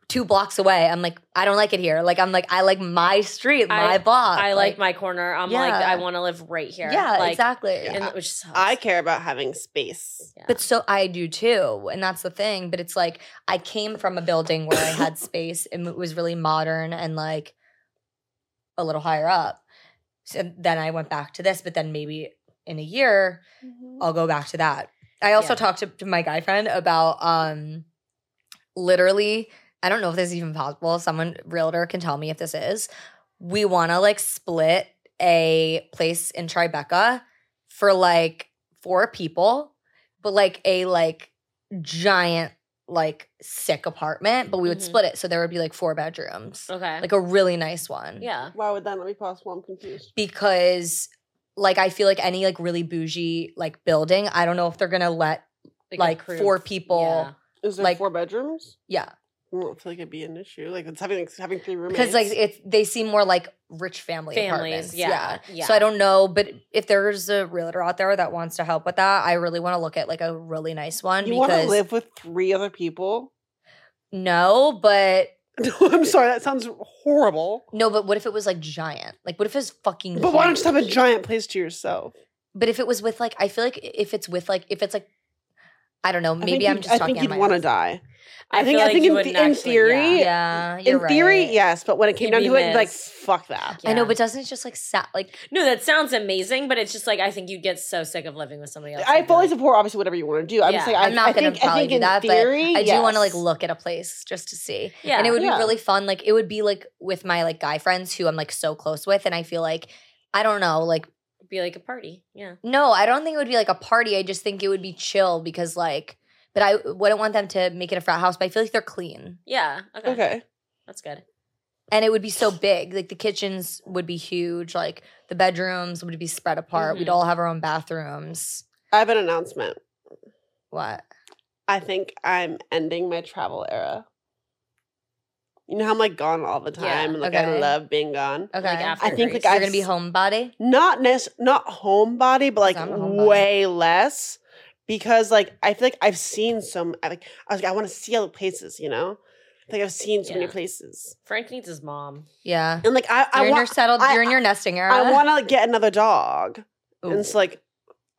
Speaker 2: two blocks away, I'm like I don't like it here. Like I'm like I like my street,
Speaker 1: I-
Speaker 2: my block.
Speaker 1: I like, my corner. I'm like
Speaker 2: Yeah.
Speaker 1: I want to live right here.
Speaker 2: Yeah,
Speaker 1: like,
Speaker 2: exactly.
Speaker 1: And which sucks.
Speaker 3: I care about having space.
Speaker 1: Yeah.
Speaker 2: But so I do too. And that's the thing. But it's like I came from a building where I had space and it was really modern and like a little higher up. So then I went back to this, but then maybe in a year, I'll go back to that. I also
Speaker 1: Yeah.
Speaker 2: talked to, to my guy friend about um literally, I don't know if this is even possible. Someone realtor can tell me if this is. We want to like split a place in Tribeca for like four people, but like a like giant like sick apartment, but we would
Speaker 1: Mhm.
Speaker 2: split it so there would be like four bedrooms.
Speaker 1: Okay.
Speaker 2: Like a really nice one
Speaker 1: yeah.
Speaker 3: Why would that not be possible? I'm confused.
Speaker 2: because like I feel like any like really bougie like building, I don't know if they're gonna let Like
Speaker 1: approve.
Speaker 2: four people.
Speaker 1: Yeah.
Speaker 3: Is there
Speaker 2: Like-
Speaker 3: four bedrooms?
Speaker 2: yeah
Speaker 3: I don't feel like it'd be an issue. Like it's having it's having three roommates.
Speaker 2: because like it's they seem more like rich family
Speaker 1: Families,
Speaker 2: apartments.
Speaker 1: yeah, yeah.
Speaker 2: So I don't know, but if there's a realtor out there that wants to help with that, I really want to look at like a really nice one
Speaker 3: you want to
Speaker 2: because
Speaker 3: live with three other people?
Speaker 2: no, but
Speaker 3: No, I'm sorry, that sounds horrible.
Speaker 2: no, but what if it was like giant? Like what if it's fucking?
Speaker 3: But why don't you
Speaker 2: huge?
Speaker 3: just have a giant place to yourself?
Speaker 2: But if it was with like, I feel like if it's with like, if it's like, I don't know,
Speaker 3: I
Speaker 2: maybe
Speaker 3: think
Speaker 2: I'm
Speaker 3: you'd-
Speaker 2: just
Speaker 3: I
Speaker 2: talking
Speaker 3: think
Speaker 2: out of
Speaker 3: you'd
Speaker 2: my
Speaker 3: want to
Speaker 2: ass.
Speaker 3: die. I
Speaker 1: I
Speaker 3: think
Speaker 1: feel
Speaker 3: I
Speaker 1: like
Speaker 3: think
Speaker 1: you
Speaker 3: in,
Speaker 1: wouldn't
Speaker 3: the- in
Speaker 1: actually-
Speaker 3: theory,
Speaker 2: Yeah, you're
Speaker 3: in theory,
Speaker 2: right.
Speaker 3: yes. But when it came
Speaker 1: You'd
Speaker 3: down
Speaker 1: be
Speaker 3: to it, like
Speaker 1: missed.
Speaker 3: fuck that.
Speaker 2: I
Speaker 1: Yeah.
Speaker 2: know, but doesn't it just like sat like
Speaker 1: No, that sounds amazing, but it's just like I think you'd get so sick of living with somebody else.
Speaker 3: I
Speaker 1: I'd be
Speaker 3: fully
Speaker 1: like-
Speaker 3: support obviously whatever you want to do. I'm just
Speaker 1: Yeah.
Speaker 3: like I,
Speaker 2: I'm not
Speaker 3: I
Speaker 2: gonna
Speaker 3: think, I
Speaker 2: probably
Speaker 3: think
Speaker 2: do
Speaker 3: in
Speaker 2: that, but
Speaker 3: theory,
Speaker 2: I do want to like
Speaker 3: yes.
Speaker 2: look at a place just to see.
Speaker 1: Yeah.
Speaker 2: And it would
Speaker 3: Yeah.
Speaker 2: be really fun. Like it would be like with my like guy friends who I'm like so close with and I feel like I don't know, like
Speaker 1: be like a party. Yeah.
Speaker 2: no, I don't think it would be like a party. I just think it would be chill because like but I wouldn't want them to make it a frat house, but I feel like they're clean.
Speaker 1: Yeah. Okay.
Speaker 3: Okay.
Speaker 1: That's good.
Speaker 2: And it would be so big. Like the kitchens would be huge, like the bedrooms would be spread apart. We'd
Speaker 3: Mm-hmm.
Speaker 1: Mhm.
Speaker 2: all have our own bathrooms.
Speaker 3: I have an announcement.
Speaker 2: What?
Speaker 3: I think I'm ending my travel era. You know how I'm like gone all the time
Speaker 1: Yeah,
Speaker 3: and like I
Speaker 2: okay.
Speaker 3: love being gone.
Speaker 2: Okay.
Speaker 1: after
Speaker 3: I think
Speaker 1: Grace.
Speaker 3: like I
Speaker 2: You're gonna be homebody?
Speaker 3: not nec- not homebody, but like
Speaker 2: I'm a homebody.
Speaker 3: way less because like I feel like I've seen some. I like I was like I want to see other places, you know. Like I've seen so many
Speaker 1: Yeah.
Speaker 3: places,
Speaker 1: Frank needs his mom.
Speaker 2: Yeah.
Speaker 3: and like I
Speaker 2: You're
Speaker 3: I
Speaker 2: in your
Speaker 3: want
Speaker 2: settled
Speaker 3: I-
Speaker 2: you're in your nesting era.
Speaker 3: I want to like, get another dog, and
Speaker 2: Ooh.
Speaker 3: it's like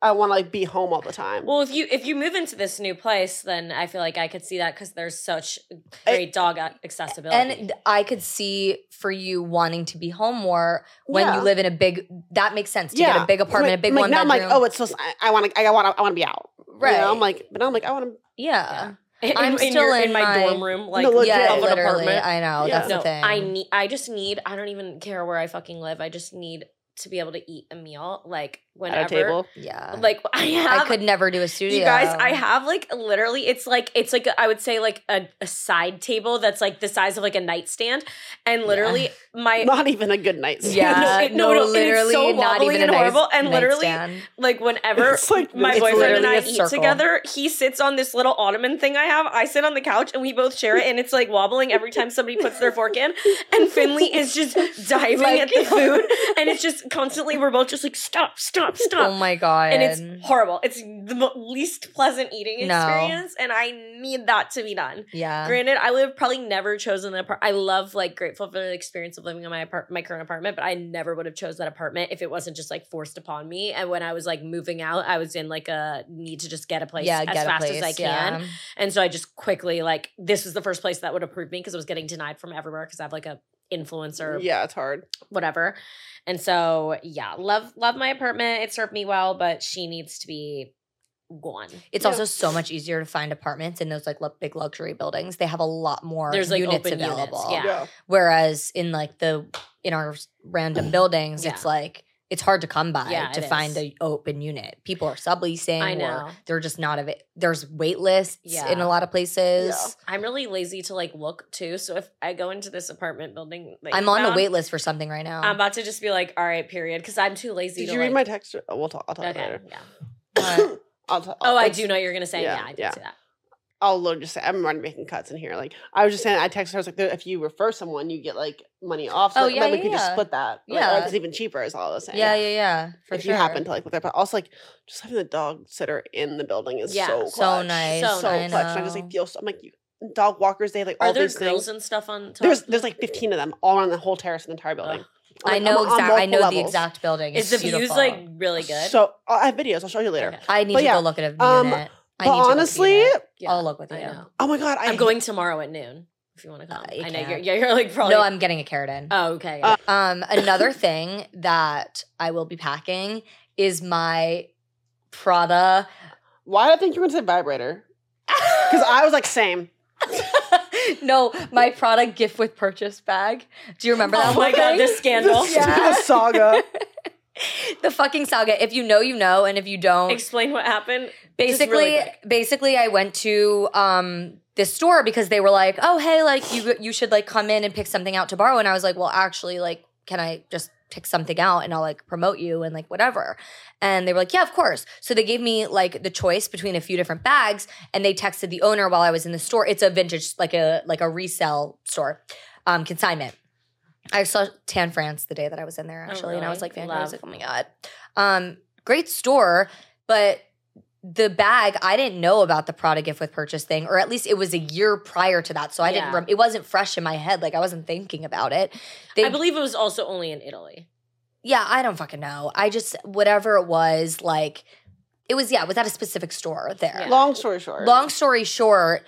Speaker 3: I want to like be home all the time.
Speaker 1: Well, if you if you move into this new place, then I feel like I could see that because there's such great dog a- accessibility.
Speaker 2: And th- I could see for you wanting to be home more when
Speaker 3: Yeah.
Speaker 2: you live in a big. That makes sense to get
Speaker 3: Yeah.
Speaker 2: a big apartment,
Speaker 3: Like-
Speaker 2: a big
Speaker 3: like,
Speaker 2: one
Speaker 3: now
Speaker 2: bedroom.
Speaker 3: I'm like, oh, it's supposed. I- I want to. I want. I want to be out. Right.
Speaker 2: right.
Speaker 3: I'm like, but now I'm like, I want to.
Speaker 2: yeah,
Speaker 1: In-
Speaker 2: I'm
Speaker 1: in,
Speaker 2: still
Speaker 1: your-
Speaker 2: in
Speaker 1: in my,
Speaker 2: my-
Speaker 1: dorm room, like
Speaker 3: No, legit.
Speaker 2: yeah,
Speaker 1: of an
Speaker 2: literally.
Speaker 1: apartment.
Speaker 2: I know
Speaker 3: Yeah.
Speaker 2: that's
Speaker 1: no,
Speaker 2: the thing.
Speaker 1: I need. I just need. I don't even care where I fucking live. I just need to be able to eat a meal, like whenever.
Speaker 3: At a table.
Speaker 2: yeah,
Speaker 1: Like I have.
Speaker 2: I could never do a studio.
Speaker 1: You guys, I have like literally, it's like it's like a- I would say like a, a side table that's like the size of like a nightstand, and literally my
Speaker 3: Not even a good night. stand.
Speaker 2: Yeah,
Speaker 1: No, it- no, no, and it's
Speaker 2: literally
Speaker 1: so
Speaker 2: not
Speaker 1: wobbly
Speaker 2: even
Speaker 1: and
Speaker 2: a nice
Speaker 1: horrible, and literally-
Speaker 2: nightstand.
Speaker 1: like whenever
Speaker 3: It's like
Speaker 1: my
Speaker 3: it's
Speaker 1: boyfriend and
Speaker 2: literally
Speaker 1: I
Speaker 2: a
Speaker 1: eat
Speaker 2: circle.
Speaker 1: together, he sits on this little ottoman thing I have. I sit on the couch and we both share it, and it's like wobbling every time somebody puts their fork in. And Finley is just diving
Speaker 2: Like-
Speaker 1: at the food, and it's just constantly we're both just like stop, stop, stop.
Speaker 2: Oh my god!
Speaker 1: and it's horrible. It's the mo- least pleasant eating
Speaker 2: No.
Speaker 1: experience, and I need that to be done.
Speaker 2: yeah.
Speaker 1: Granted, I would have probably never chosen the apartment. I love like grateful for the experience of living in my apart- my current apartment, but I never would have chose that apartment if it wasn't just like forced upon me. And when I was like moving out, I was in like a need to just get a place
Speaker 2: yeah,
Speaker 1: as
Speaker 2: get a
Speaker 1: fast
Speaker 2: place.
Speaker 1: as I can.
Speaker 2: Yeah.
Speaker 1: And so I just quickly like this was the first place that would approve me because I was getting denied from everywhere because I have like a influencer
Speaker 3: Yeah, it's hard.
Speaker 1: whatever. And so yeah, love love my apartment. It served me well, but she needs to be gone.
Speaker 2: It's
Speaker 3: Yeah.
Speaker 2: also so much easier to find apartments in those like lu- big luxury buildings. They have a lot more
Speaker 1: There's like
Speaker 2: units
Speaker 1: open
Speaker 2: available.
Speaker 1: units. Yeah.
Speaker 2: Whereas in like the in our random buildings, it's
Speaker 1: Yeah.
Speaker 2: like it's hard to come by
Speaker 1: Yeah,
Speaker 2: to
Speaker 1: it
Speaker 2: find
Speaker 1: is.
Speaker 2: an open unit. People are subleasing.
Speaker 1: I
Speaker 2: Or
Speaker 1: know.
Speaker 2: they're just not of it. There's wait lists
Speaker 1: Yeah.
Speaker 2: in a lot of places.
Speaker 1: I'm really lazy to like look too. So if I go into this apartment building, that
Speaker 2: I'm
Speaker 1: you
Speaker 2: on a
Speaker 1: found,
Speaker 2: wait list for something right now.
Speaker 1: I'm about to just be like, all right, period, because I'm too lazy.
Speaker 3: Did
Speaker 1: to
Speaker 3: you
Speaker 1: like,
Speaker 3: read my text? Oh, We'll talk. I'll talk
Speaker 1: Okay,
Speaker 3: later.
Speaker 1: yeah.
Speaker 2: But-
Speaker 3: I'll t-
Speaker 1: Oh, I
Speaker 3: it's-
Speaker 1: do know you're gonna say yeah.
Speaker 3: yeah,
Speaker 1: I did
Speaker 3: yeah.
Speaker 1: see that.
Speaker 3: I'll literally just say I'm already making cuts in here. Like I was just saying, I texted her. I was like, if you refer someone, you get like money off. So
Speaker 2: Oh,
Speaker 3: like,
Speaker 2: yeah,
Speaker 3: then we
Speaker 2: yeah,
Speaker 3: could just
Speaker 2: yeah.
Speaker 3: split that. Like,
Speaker 2: Yeah.
Speaker 3: or it's even cheaper. Is all I was saying.
Speaker 2: yeah, yeah, yeah. For
Speaker 3: if
Speaker 2: sure.
Speaker 3: you happen to like look that, but also like just having the dog sitter in the building is
Speaker 1: Yeah,
Speaker 3: so
Speaker 2: so
Speaker 3: clutch.
Speaker 2: nice. Oh,
Speaker 3: so,
Speaker 1: So
Speaker 2: nice.
Speaker 3: clutch. And I just like feel. So, I'm like you, dog walkers. They have like all
Speaker 1: Are there
Speaker 3: these
Speaker 1: grills
Speaker 3: things.
Speaker 1: and stuff on top?
Speaker 3: There's there's like 15 of them all around the whole terrace in the entire building.
Speaker 1: Ugh.
Speaker 3: I'm
Speaker 2: I
Speaker 3: like,
Speaker 2: know
Speaker 3: I'm on
Speaker 2: exactly. I know
Speaker 3: multiple
Speaker 2: the
Speaker 3: levels.
Speaker 2: exact building.
Speaker 1: Is
Speaker 2: It's
Speaker 1: the views
Speaker 2: beautiful.
Speaker 1: like really good?
Speaker 3: So I have videos. I'll show you later.
Speaker 1: Okay.
Speaker 2: I need
Speaker 3: but
Speaker 2: to
Speaker 3: yeah,
Speaker 2: go look at a
Speaker 3: um,
Speaker 2: unit. I
Speaker 3: But
Speaker 2: need to look at a
Speaker 3: honestly,
Speaker 2: unit.
Speaker 1: Yeah,
Speaker 2: I'll look with
Speaker 1: I
Speaker 2: you.
Speaker 1: know.
Speaker 3: oh my god, I
Speaker 1: I'm going tomorrow at noon if you want to come.
Speaker 2: Uh, you
Speaker 1: I know you're,
Speaker 2: can't.
Speaker 1: yeah, you're like probably.
Speaker 2: No, I'm getting a Carradine.
Speaker 1: Oh, okay.
Speaker 3: Uh,
Speaker 2: Um, another thing that I will be packing is my Prada.
Speaker 3: Why do I think you were going to say vibrator? Because I was like, same.
Speaker 2: no, my Prada gift with purchase bag. Do you remember that?
Speaker 1: Oh my god,
Speaker 2: thing?
Speaker 1: this scandal.
Speaker 3: The, the saga.
Speaker 2: the fucking saga. If you know, you know, and if you don't,
Speaker 1: Explain what happened. Just
Speaker 2: basically
Speaker 1: really quick.
Speaker 2: basically i went to um this store because they were like oh hey like you you should like come in and pick something out to borrow and i was like well actually like can i just pick something out and i'll like promote you and like whatever and they were like yeah of course so they gave me like the choice between a few different bags and they texted the owner while i was in the store it's a vintage like a like a resale store um consignment i saw tan france the day that i was in there
Speaker 1: Oh,
Speaker 2: actually and i
Speaker 1: really?
Speaker 2: was like fan i was
Speaker 1: Love.
Speaker 2: like oh my god um great store but the bag i didn't know about the product gift with purchase thing or at least it was a year prior to that so i didn't
Speaker 1: Yeah.
Speaker 2: rem- it wasn't fresh in my head like i wasn't thinking about it they
Speaker 1: I believe it was also only in Italy.
Speaker 2: yeah i don't fucking know i just whatever it was like it was yeah it was at a specific store there
Speaker 1: Yeah.
Speaker 3: Long story short.
Speaker 2: long story short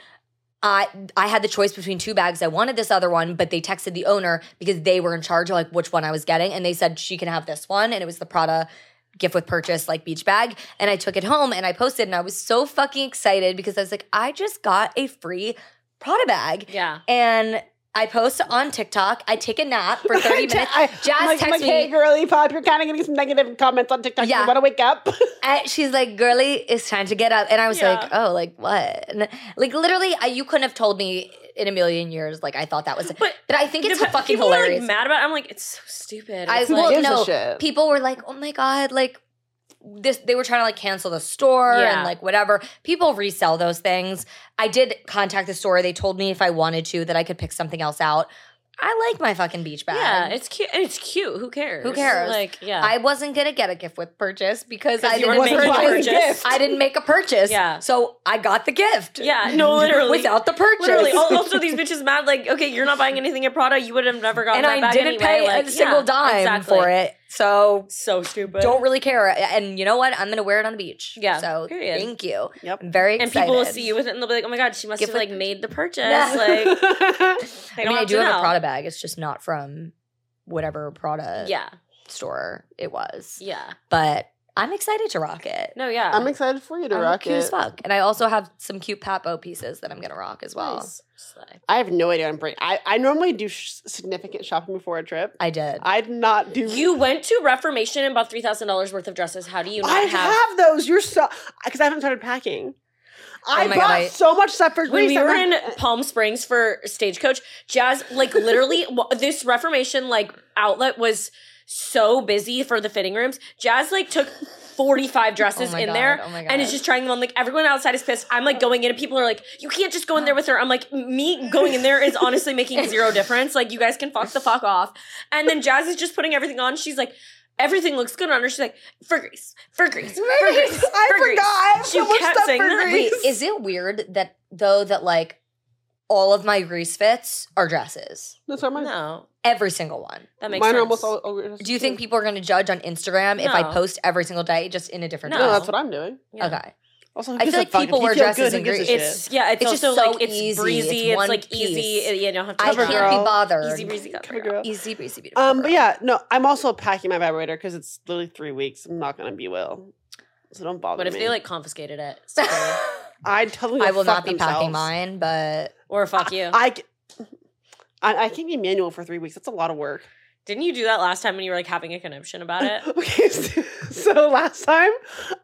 Speaker 2: I I had the choice between two bags. I wanted this other one, but they texted the owner because they were in charge of like which one I was getting, and they said she can have this one, and it was the Prada gift with purchase like beach bag, and I took it home and I posted, and I was so fucking excited because I was like, I just got a free Prada bag,
Speaker 1: Yeah.
Speaker 2: and I post on TikTok. I take a nap for thirty minutes.
Speaker 3: I,
Speaker 2: Jazz
Speaker 3: like,
Speaker 2: texts
Speaker 3: like,
Speaker 2: me.
Speaker 3: Hey, girly pop, you're kind of getting some negative comments on TikTok.
Speaker 2: Yeah.
Speaker 3: You want to wake up?
Speaker 2: And she's like, "Girly, it's time to get up," and I was
Speaker 1: Yeah.
Speaker 2: like, "Oh, like what?" And, like literally, I, you couldn't have told me in a million years. Like I thought that was,
Speaker 1: But
Speaker 2: but I think it's
Speaker 1: the-
Speaker 2: fucking
Speaker 1: people were, like,
Speaker 2: hilarious.
Speaker 1: mad about. It. I'm like, it's so stupid.
Speaker 2: I
Speaker 1: It's
Speaker 2: well,
Speaker 1: like,
Speaker 3: gives a
Speaker 2: no,
Speaker 3: shit?
Speaker 2: people were like, "Oh my god!" Like this, they were trying to like cancel the store
Speaker 1: Yeah.
Speaker 2: and like whatever. People resell those things. I did contact the store. They told me if I wanted to that I could pick something else out. I like my fucking beach bag.
Speaker 1: yeah, it's cute. And it's cute. Who cares?
Speaker 2: Who cares?
Speaker 1: Like, yeah.
Speaker 2: I wasn't gonna get a gift with purchase because I
Speaker 1: you
Speaker 2: didn't
Speaker 1: weren't making a
Speaker 2: purchase.
Speaker 1: purchase.
Speaker 2: I didn't make a purchase.
Speaker 1: Yeah.
Speaker 2: So I got the gift.
Speaker 1: yeah. No, literally.
Speaker 2: Without the purchase.
Speaker 1: Literally. Al- Also, these bitches mad. Like, okay, you're not buying anything at Prada. You would have never gotten
Speaker 2: and
Speaker 1: that
Speaker 2: I
Speaker 1: bag
Speaker 2: didn't
Speaker 1: anyway.
Speaker 2: pay
Speaker 1: like,
Speaker 2: a single
Speaker 1: yeah,
Speaker 2: dime
Speaker 1: exactly.
Speaker 2: for it. So
Speaker 1: So stupid.
Speaker 2: don't really care. And you know what? I'm gonna wear it on the beach.
Speaker 1: Yeah,
Speaker 2: So
Speaker 1: period.
Speaker 2: thank you.
Speaker 3: Yep.
Speaker 2: I'm very
Speaker 1: and
Speaker 2: excited.
Speaker 1: people will see you with it and they'll be like, oh my god, she must
Speaker 2: Gift
Speaker 1: have
Speaker 2: with
Speaker 1: like made the purchase.
Speaker 2: Yeah.
Speaker 1: Like,
Speaker 2: I
Speaker 1: they
Speaker 2: mean,
Speaker 1: don't
Speaker 2: I
Speaker 1: have
Speaker 2: do
Speaker 1: to
Speaker 2: have a
Speaker 1: know.
Speaker 2: Prada bag. It's just not from whatever Prada
Speaker 1: Yeah,
Speaker 2: store it was.
Speaker 1: yeah.
Speaker 2: But I'm excited to rock it.
Speaker 1: No, yeah.
Speaker 3: I'm excited for you to
Speaker 2: I'm
Speaker 3: rock
Speaker 2: cute
Speaker 3: it.
Speaker 2: as fuck. And I also have some cute Papo pieces that I'm gonna rock as well.
Speaker 1: Nice. Slay.
Speaker 3: I have no idea. I'm bringing. I, I normally do sh- significant shopping before a trip.
Speaker 2: I did.
Speaker 1: Uh,
Speaker 3: I did not do.
Speaker 1: You went to Reformation and bought three thousand dollars worth of dresses. How do you not
Speaker 3: I
Speaker 1: have?
Speaker 3: have those. You're so because I haven't started packing. I
Speaker 2: Oh my
Speaker 3: bought
Speaker 2: God, I-
Speaker 3: so much stuff for
Speaker 1: When
Speaker 3: Greece.
Speaker 1: we
Speaker 3: I'm
Speaker 1: were
Speaker 3: like,
Speaker 1: in Palm Springs for Stagecoach, Jazz like literally wa- this Reformation like outlet was so busy for the fitting rooms. Jazz like took forty five dresses
Speaker 2: Oh my
Speaker 1: in
Speaker 2: God,
Speaker 1: there
Speaker 2: oh my
Speaker 1: and is
Speaker 2: God.
Speaker 1: just trying them on. Like everyone outside is pissed. I'm like going in and people are like, "You can't just go in there with her." I'm like, me going in there is honestly making zero difference. Like you guys can fuck the fuck off. And then Jazz is just putting everything on. She's like. Everything looks good on her. She's like, for Greece, for Greece, for Greece.
Speaker 3: I
Speaker 1: for Greece."
Speaker 3: forgot. I have
Speaker 1: She
Speaker 3: so much
Speaker 1: kept
Speaker 3: stuff
Speaker 1: saying
Speaker 3: for
Speaker 1: that.
Speaker 3: Greece.
Speaker 2: Wait, is it weird that though that like all of my Grease fits are dresses?
Speaker 3: That's why mine.
Speaker 1: No,
Speaker 2: Every single one.
Speaker 1: that makes
Speaker 3: Mine are
Speaker 1: sense.
Speaker 3: almost all. all-
Speaker 2: Do you think people are going to judge on Instagram if I
Speaker 1: No.
Speaker 2: post every single day just in a different
Speaker 1: No.
Speaker 3: No,
Speaker 2: dress?
Speaker 3: that's what I'm doing.
Speaker 1: Yeah.
Speaker 2: Okay.
Speaker 3: Also, who
Speaker 2: I feel
Speaker 3: gives a
Speaker 2: like
Speaker 3: fuck?
Speaker 2: people
Speaker 3: If you
Speaker 2: wear
Speaker 3: feel
Speaker 2: dresses
Speaker 3: good,
Speaker 2: in
Speaker 3: who gives a
Speaker 2: Greece.
Speaker 3: shit?
Speaker 1: It's yeah, it's,
Speaker 2: It's just
Speaker 1: also
Speaker 2: so
Speaker 1: like it's
Speaker 2: easy. It's
Speaker 1: breezy. It's,
Speaker 2: one
Speaker 1: like easy.
Speaker 2: piece.
Speaker 1: It- You don't have to.
Speaker 2: I
Speaker 1: cover
Speaker 2: can't
Speaker 1: it up.
Speaker 2: be
Speaker 3: Covergirl.
Speaker 2: bothered.
Speaker 1: Easy breezy cover.
Speaker 3: Covergirl.
Speaker 1: up.
Speaker 2: Easy breezy beautiful.
Speaker 3: Um, but
Speaker 2: girl.
Speaker 3: yeah, no, I'm also packing my vibrator because it's literally three weeks. I'm not gonna be well, so don't bother
Speaker 1: But if
Speaker 3: me.
Speaker 1: they like confiscated it,
Speaker 3: I tell them
Speaker 2: I
Speaker 3: to
Speaker 2: will not
Speaker 3: fuck
Speaker 2: be packing
Speaker 3: themselves.
Speaker 2: mine, but
Speaker 1: or fuck you.
Speaker 3: I, c- I, I can't be manual for three weeks. That's a lot of work.
Speaker 1: Didn't you do that last time when you were like having a conniption about it?
Speaker 3: okay, so, so last time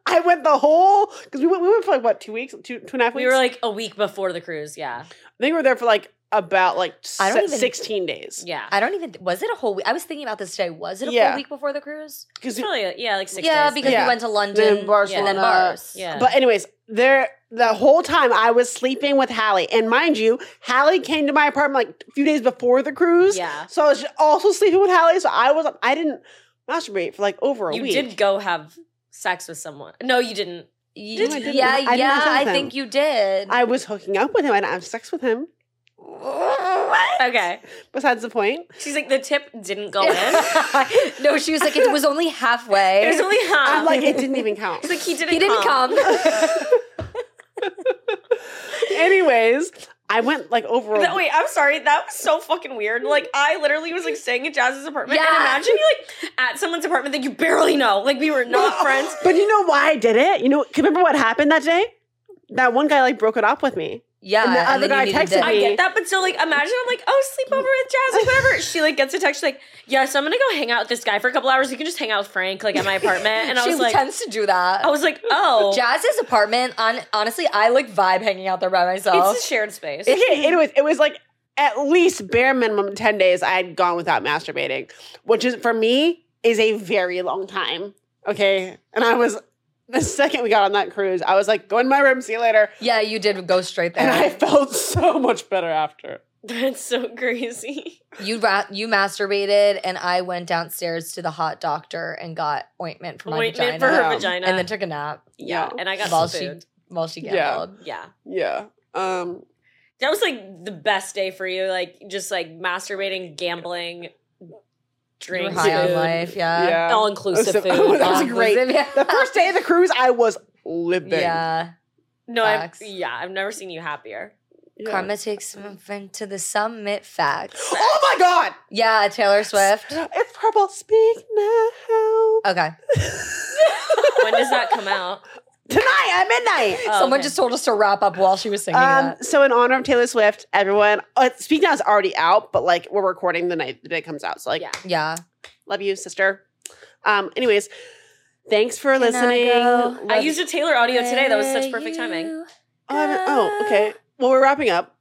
Speaker 3: I went the whole because we went we went for like what two weeks, two two and a half weeks.
Speaker 1: We were like a week before the cruise. Yeah,
Speaker 3: I think we were there for like about like
Speaker 2: I don't
Speaker 3: se-
Speaker 2: even-
Speaker 3: sixteen days.
Speaker 1: yeah.
Speaker 2: I don't even. Th- was it a whole week? I was thinking about this today. Was it a
Speaker 3: Yeah.
Speaker 2: whole week before the cruise?
Speaker 3: Because
Speaker 1: Probably uh, yeah, like six.
Speaker 2: yeah,
Speaker 1: days.
Speaker 2: because
Speaker 3: Yeah.
Speaker 2: we went to London and
Speaker 3: Barcelona.
Speaker 2: then bars.
Speaker 1: yeah.
Speaker 3: But anyways, there the whole time I was sleeping with Hallie, and mind you, Hallie came to my apartment like a few days before the cruise.
Speaker 1: yeah,
Speaker 3: So I was also sleeping with Hallie. So I was I didn't masturbate for like over a
Speaker 1: you
Speaker 3: week.
Speaker 1: did go have sex with someone. No, you didn't.
Speaker 2: Y-
Speaker 3: Did I didn't.
Speaker 2: yeah,
Speaker 3: I didn't
Speaker 2: yeah.
Speaker 3: have
Speaker 2: I
Speaker 3: something.
Speaker 2: think you did.
Speaker 3: I was hooking up with him. I didn't have sex with him.
Speaker 2: What?
Speaker 1: Okay,
Speaker 3: Besides the point.
Speaker 1: she's like the tip didn't go in. it
Speaker 2: no, she was like, it was only halfway.
Speaker 1: was only half.
Speaker 3: I'm like, it didn't even count.
Speaker 1: She's like he didn't.
Speaker 2: he didn't come.
Speaker 3: Anyways, I went like over.
Speaker 1: That- wait, I'm sorry. That was so fucking weird. Like I literally was like staying at Jazz's apartment, and
Speaker 2: Yeah.
Speaker 1: imagine you like at someone's apartment that you barely know. Like we were not friends.
Speaker 3: But you know why I did it? You know, 'cause remember what happened that day? That one guy like broke it off with me.
Speaker 2: Yeah,
Speaker 3: And the other
Speaker 2: then
Speaker 3: guy
Speaker 2: you needed
Speaker 3: texted
Speaker 2: to-
Speaker 1: I get that, but still, like, imagine I'm like, oh, sleepover with Jazz, like, whatever. She like gets a text, she's like, yes, I'm gonna go hang out with this guy for a couple hours. You can just hang out with Frank, like, at my apartment. And I
Speaker 2: she
Speaker 1: was like,
Speaker 2: tends to do that.
Speaker 1: I was like, oh,
Speaker 2: Jazz's apartment. On honestly, I like vibe hanging out there by myself.
Speaker 1: it's a shared space.
Speaker 3: Okay, anyways, it was like at least bare minimum 10 days I had gone without masturbating, which is for me is a very long time. Okay. And I was the second we got on that cruise, I was like, go in my room, see you later.
Speaker 2: yeah, you did go straight
Speaker 3: And
Speaker 2: there.
Speaker 3: I felt so much better after.
Speaker 1: That's so crazy.
Speaker 2: you ra- you masturbated, and I went downstairs to the hot doctor and got ointment for my
Speaker 1: Ointment
Speaker 2: vagina,
Speaker 1: for her
Speaker 3: Yeah.
Speaker 1: vagina.
Speaker 2: and then took a nap
Speaker 1: yeah,
Speaker 3: Yeah.
Speaker 1: and I got
Speaker 2: while
Speaker 1: some
Speaker 2: she
Speaker 1: food.
Speaker 2: while she
Speaker 3: Yeah.
Speaker 2: gambled.
Speaker 1: Yeah.
Speaker 3: Yeah. Um
Speaker 1: That was like the best day for you, like just like masturbating, gambling,
Speaker 2: You were
Speaker 1: drinks,
Speaker 2: high on
Speaker 1: food,
Speaker 2: life. Yeah,
Speaker 3: yeah.
Speaker 1: all inclusive
Speaker 3: That
Speaker 1: food.
Speaker 3: was so- that was
Speaker 1: Yeah.
Speaker 3: a great-
Speaker 2: Yeah.
Speaker 3: The first day of the cruise, I was living.
Speaker 2: yeah.
Speaker 1: no, I've,
Speaker 2: Facts.
Speaker 1: yeah, I've never seen you happier.
Speaker 3: Yeah.
Speaker 2: Karma takes my friend to the summit. Facts.
Speaker 3: Oh my god!
Speaker 2: Yeah, Taylor Swift.
Speaker 3: It's purple. Speak now.
Speaker 2: Okay.
Speaker 1: When does that come out?
Speaker 3: Tonight at midnight.
Speaker 1: Oh,
Speaker 2: Someone
Speaker 1: okay.
Speaker 2: just told us to wrap up while she was singing
Speaker 3: Um,
Speaker 2: that.
Speaker 3: so in honor of Taylor Swift, everyone, uh, Speak Now is already out, but like we're recording the night the day it comes out. So like,
Speaker 1: yeah.
Speaker 2: Yeah.
Speaker 3: love you, sister. Um, anyways, thanks for
Speaker 2: I
Speaker 3: listening.
Speaker 2: go?
Speaker 1: I
Speaker 3: Love-
Speaker 1: used a Taylor audio today. That was such perfect timing.
Speaker 3: Oh, I haven't- oh, okay. Well, we're wrapping up.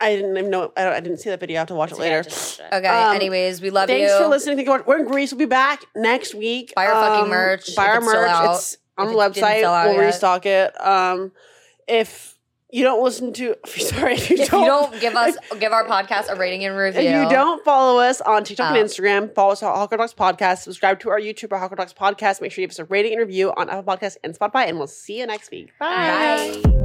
Speaker 3: I didn't even know. I, don't, I didn't see that video. I have to watch it
Speaker 1: So, yeah,
Speaker 3: later.
Speaker 1: just-
Speaker 2: Okay.
Speaker 3: Um,
Speaker 2: anyways, we love
Speaker 3: Thanks
Speaker 2: you.
Speaker 3: for listening. Thank you. for- We're in Greece. We'll be back next week. Um,
Speaker 2: Buy our fucking merch,
Speaker 3: Buy
Speaker 2: if
Speaker 3: our
Speaker 2: it's still
Speaker 3: merch.
Speaker 2: out.
Speaker 3: It's on
Speaker 2: If
Speaker 3: the
Speaker 2: it didn't
Speaker 3: website.
Speaker 2: sell out
Speaker 3: We'll
Speaker 2: yet.
Speaker 3: restock it. Um, if you don't listen to, sorry, if you
Speaker 2: if you don't give us give our podcast a rating and review,
Speaker 3: If you don't follow us on TikTok
Speaker 2: Oh.
Speaker 3: and Instagram, follow us at Hawker Dogs Podcast. Subscribe to our YouTube at Hawker Dogs Podcast. Make sure you give us a rating and review on Apple Podcasts and Spotify. And we'll see you next week. Bye.
Speaker 2: Bye.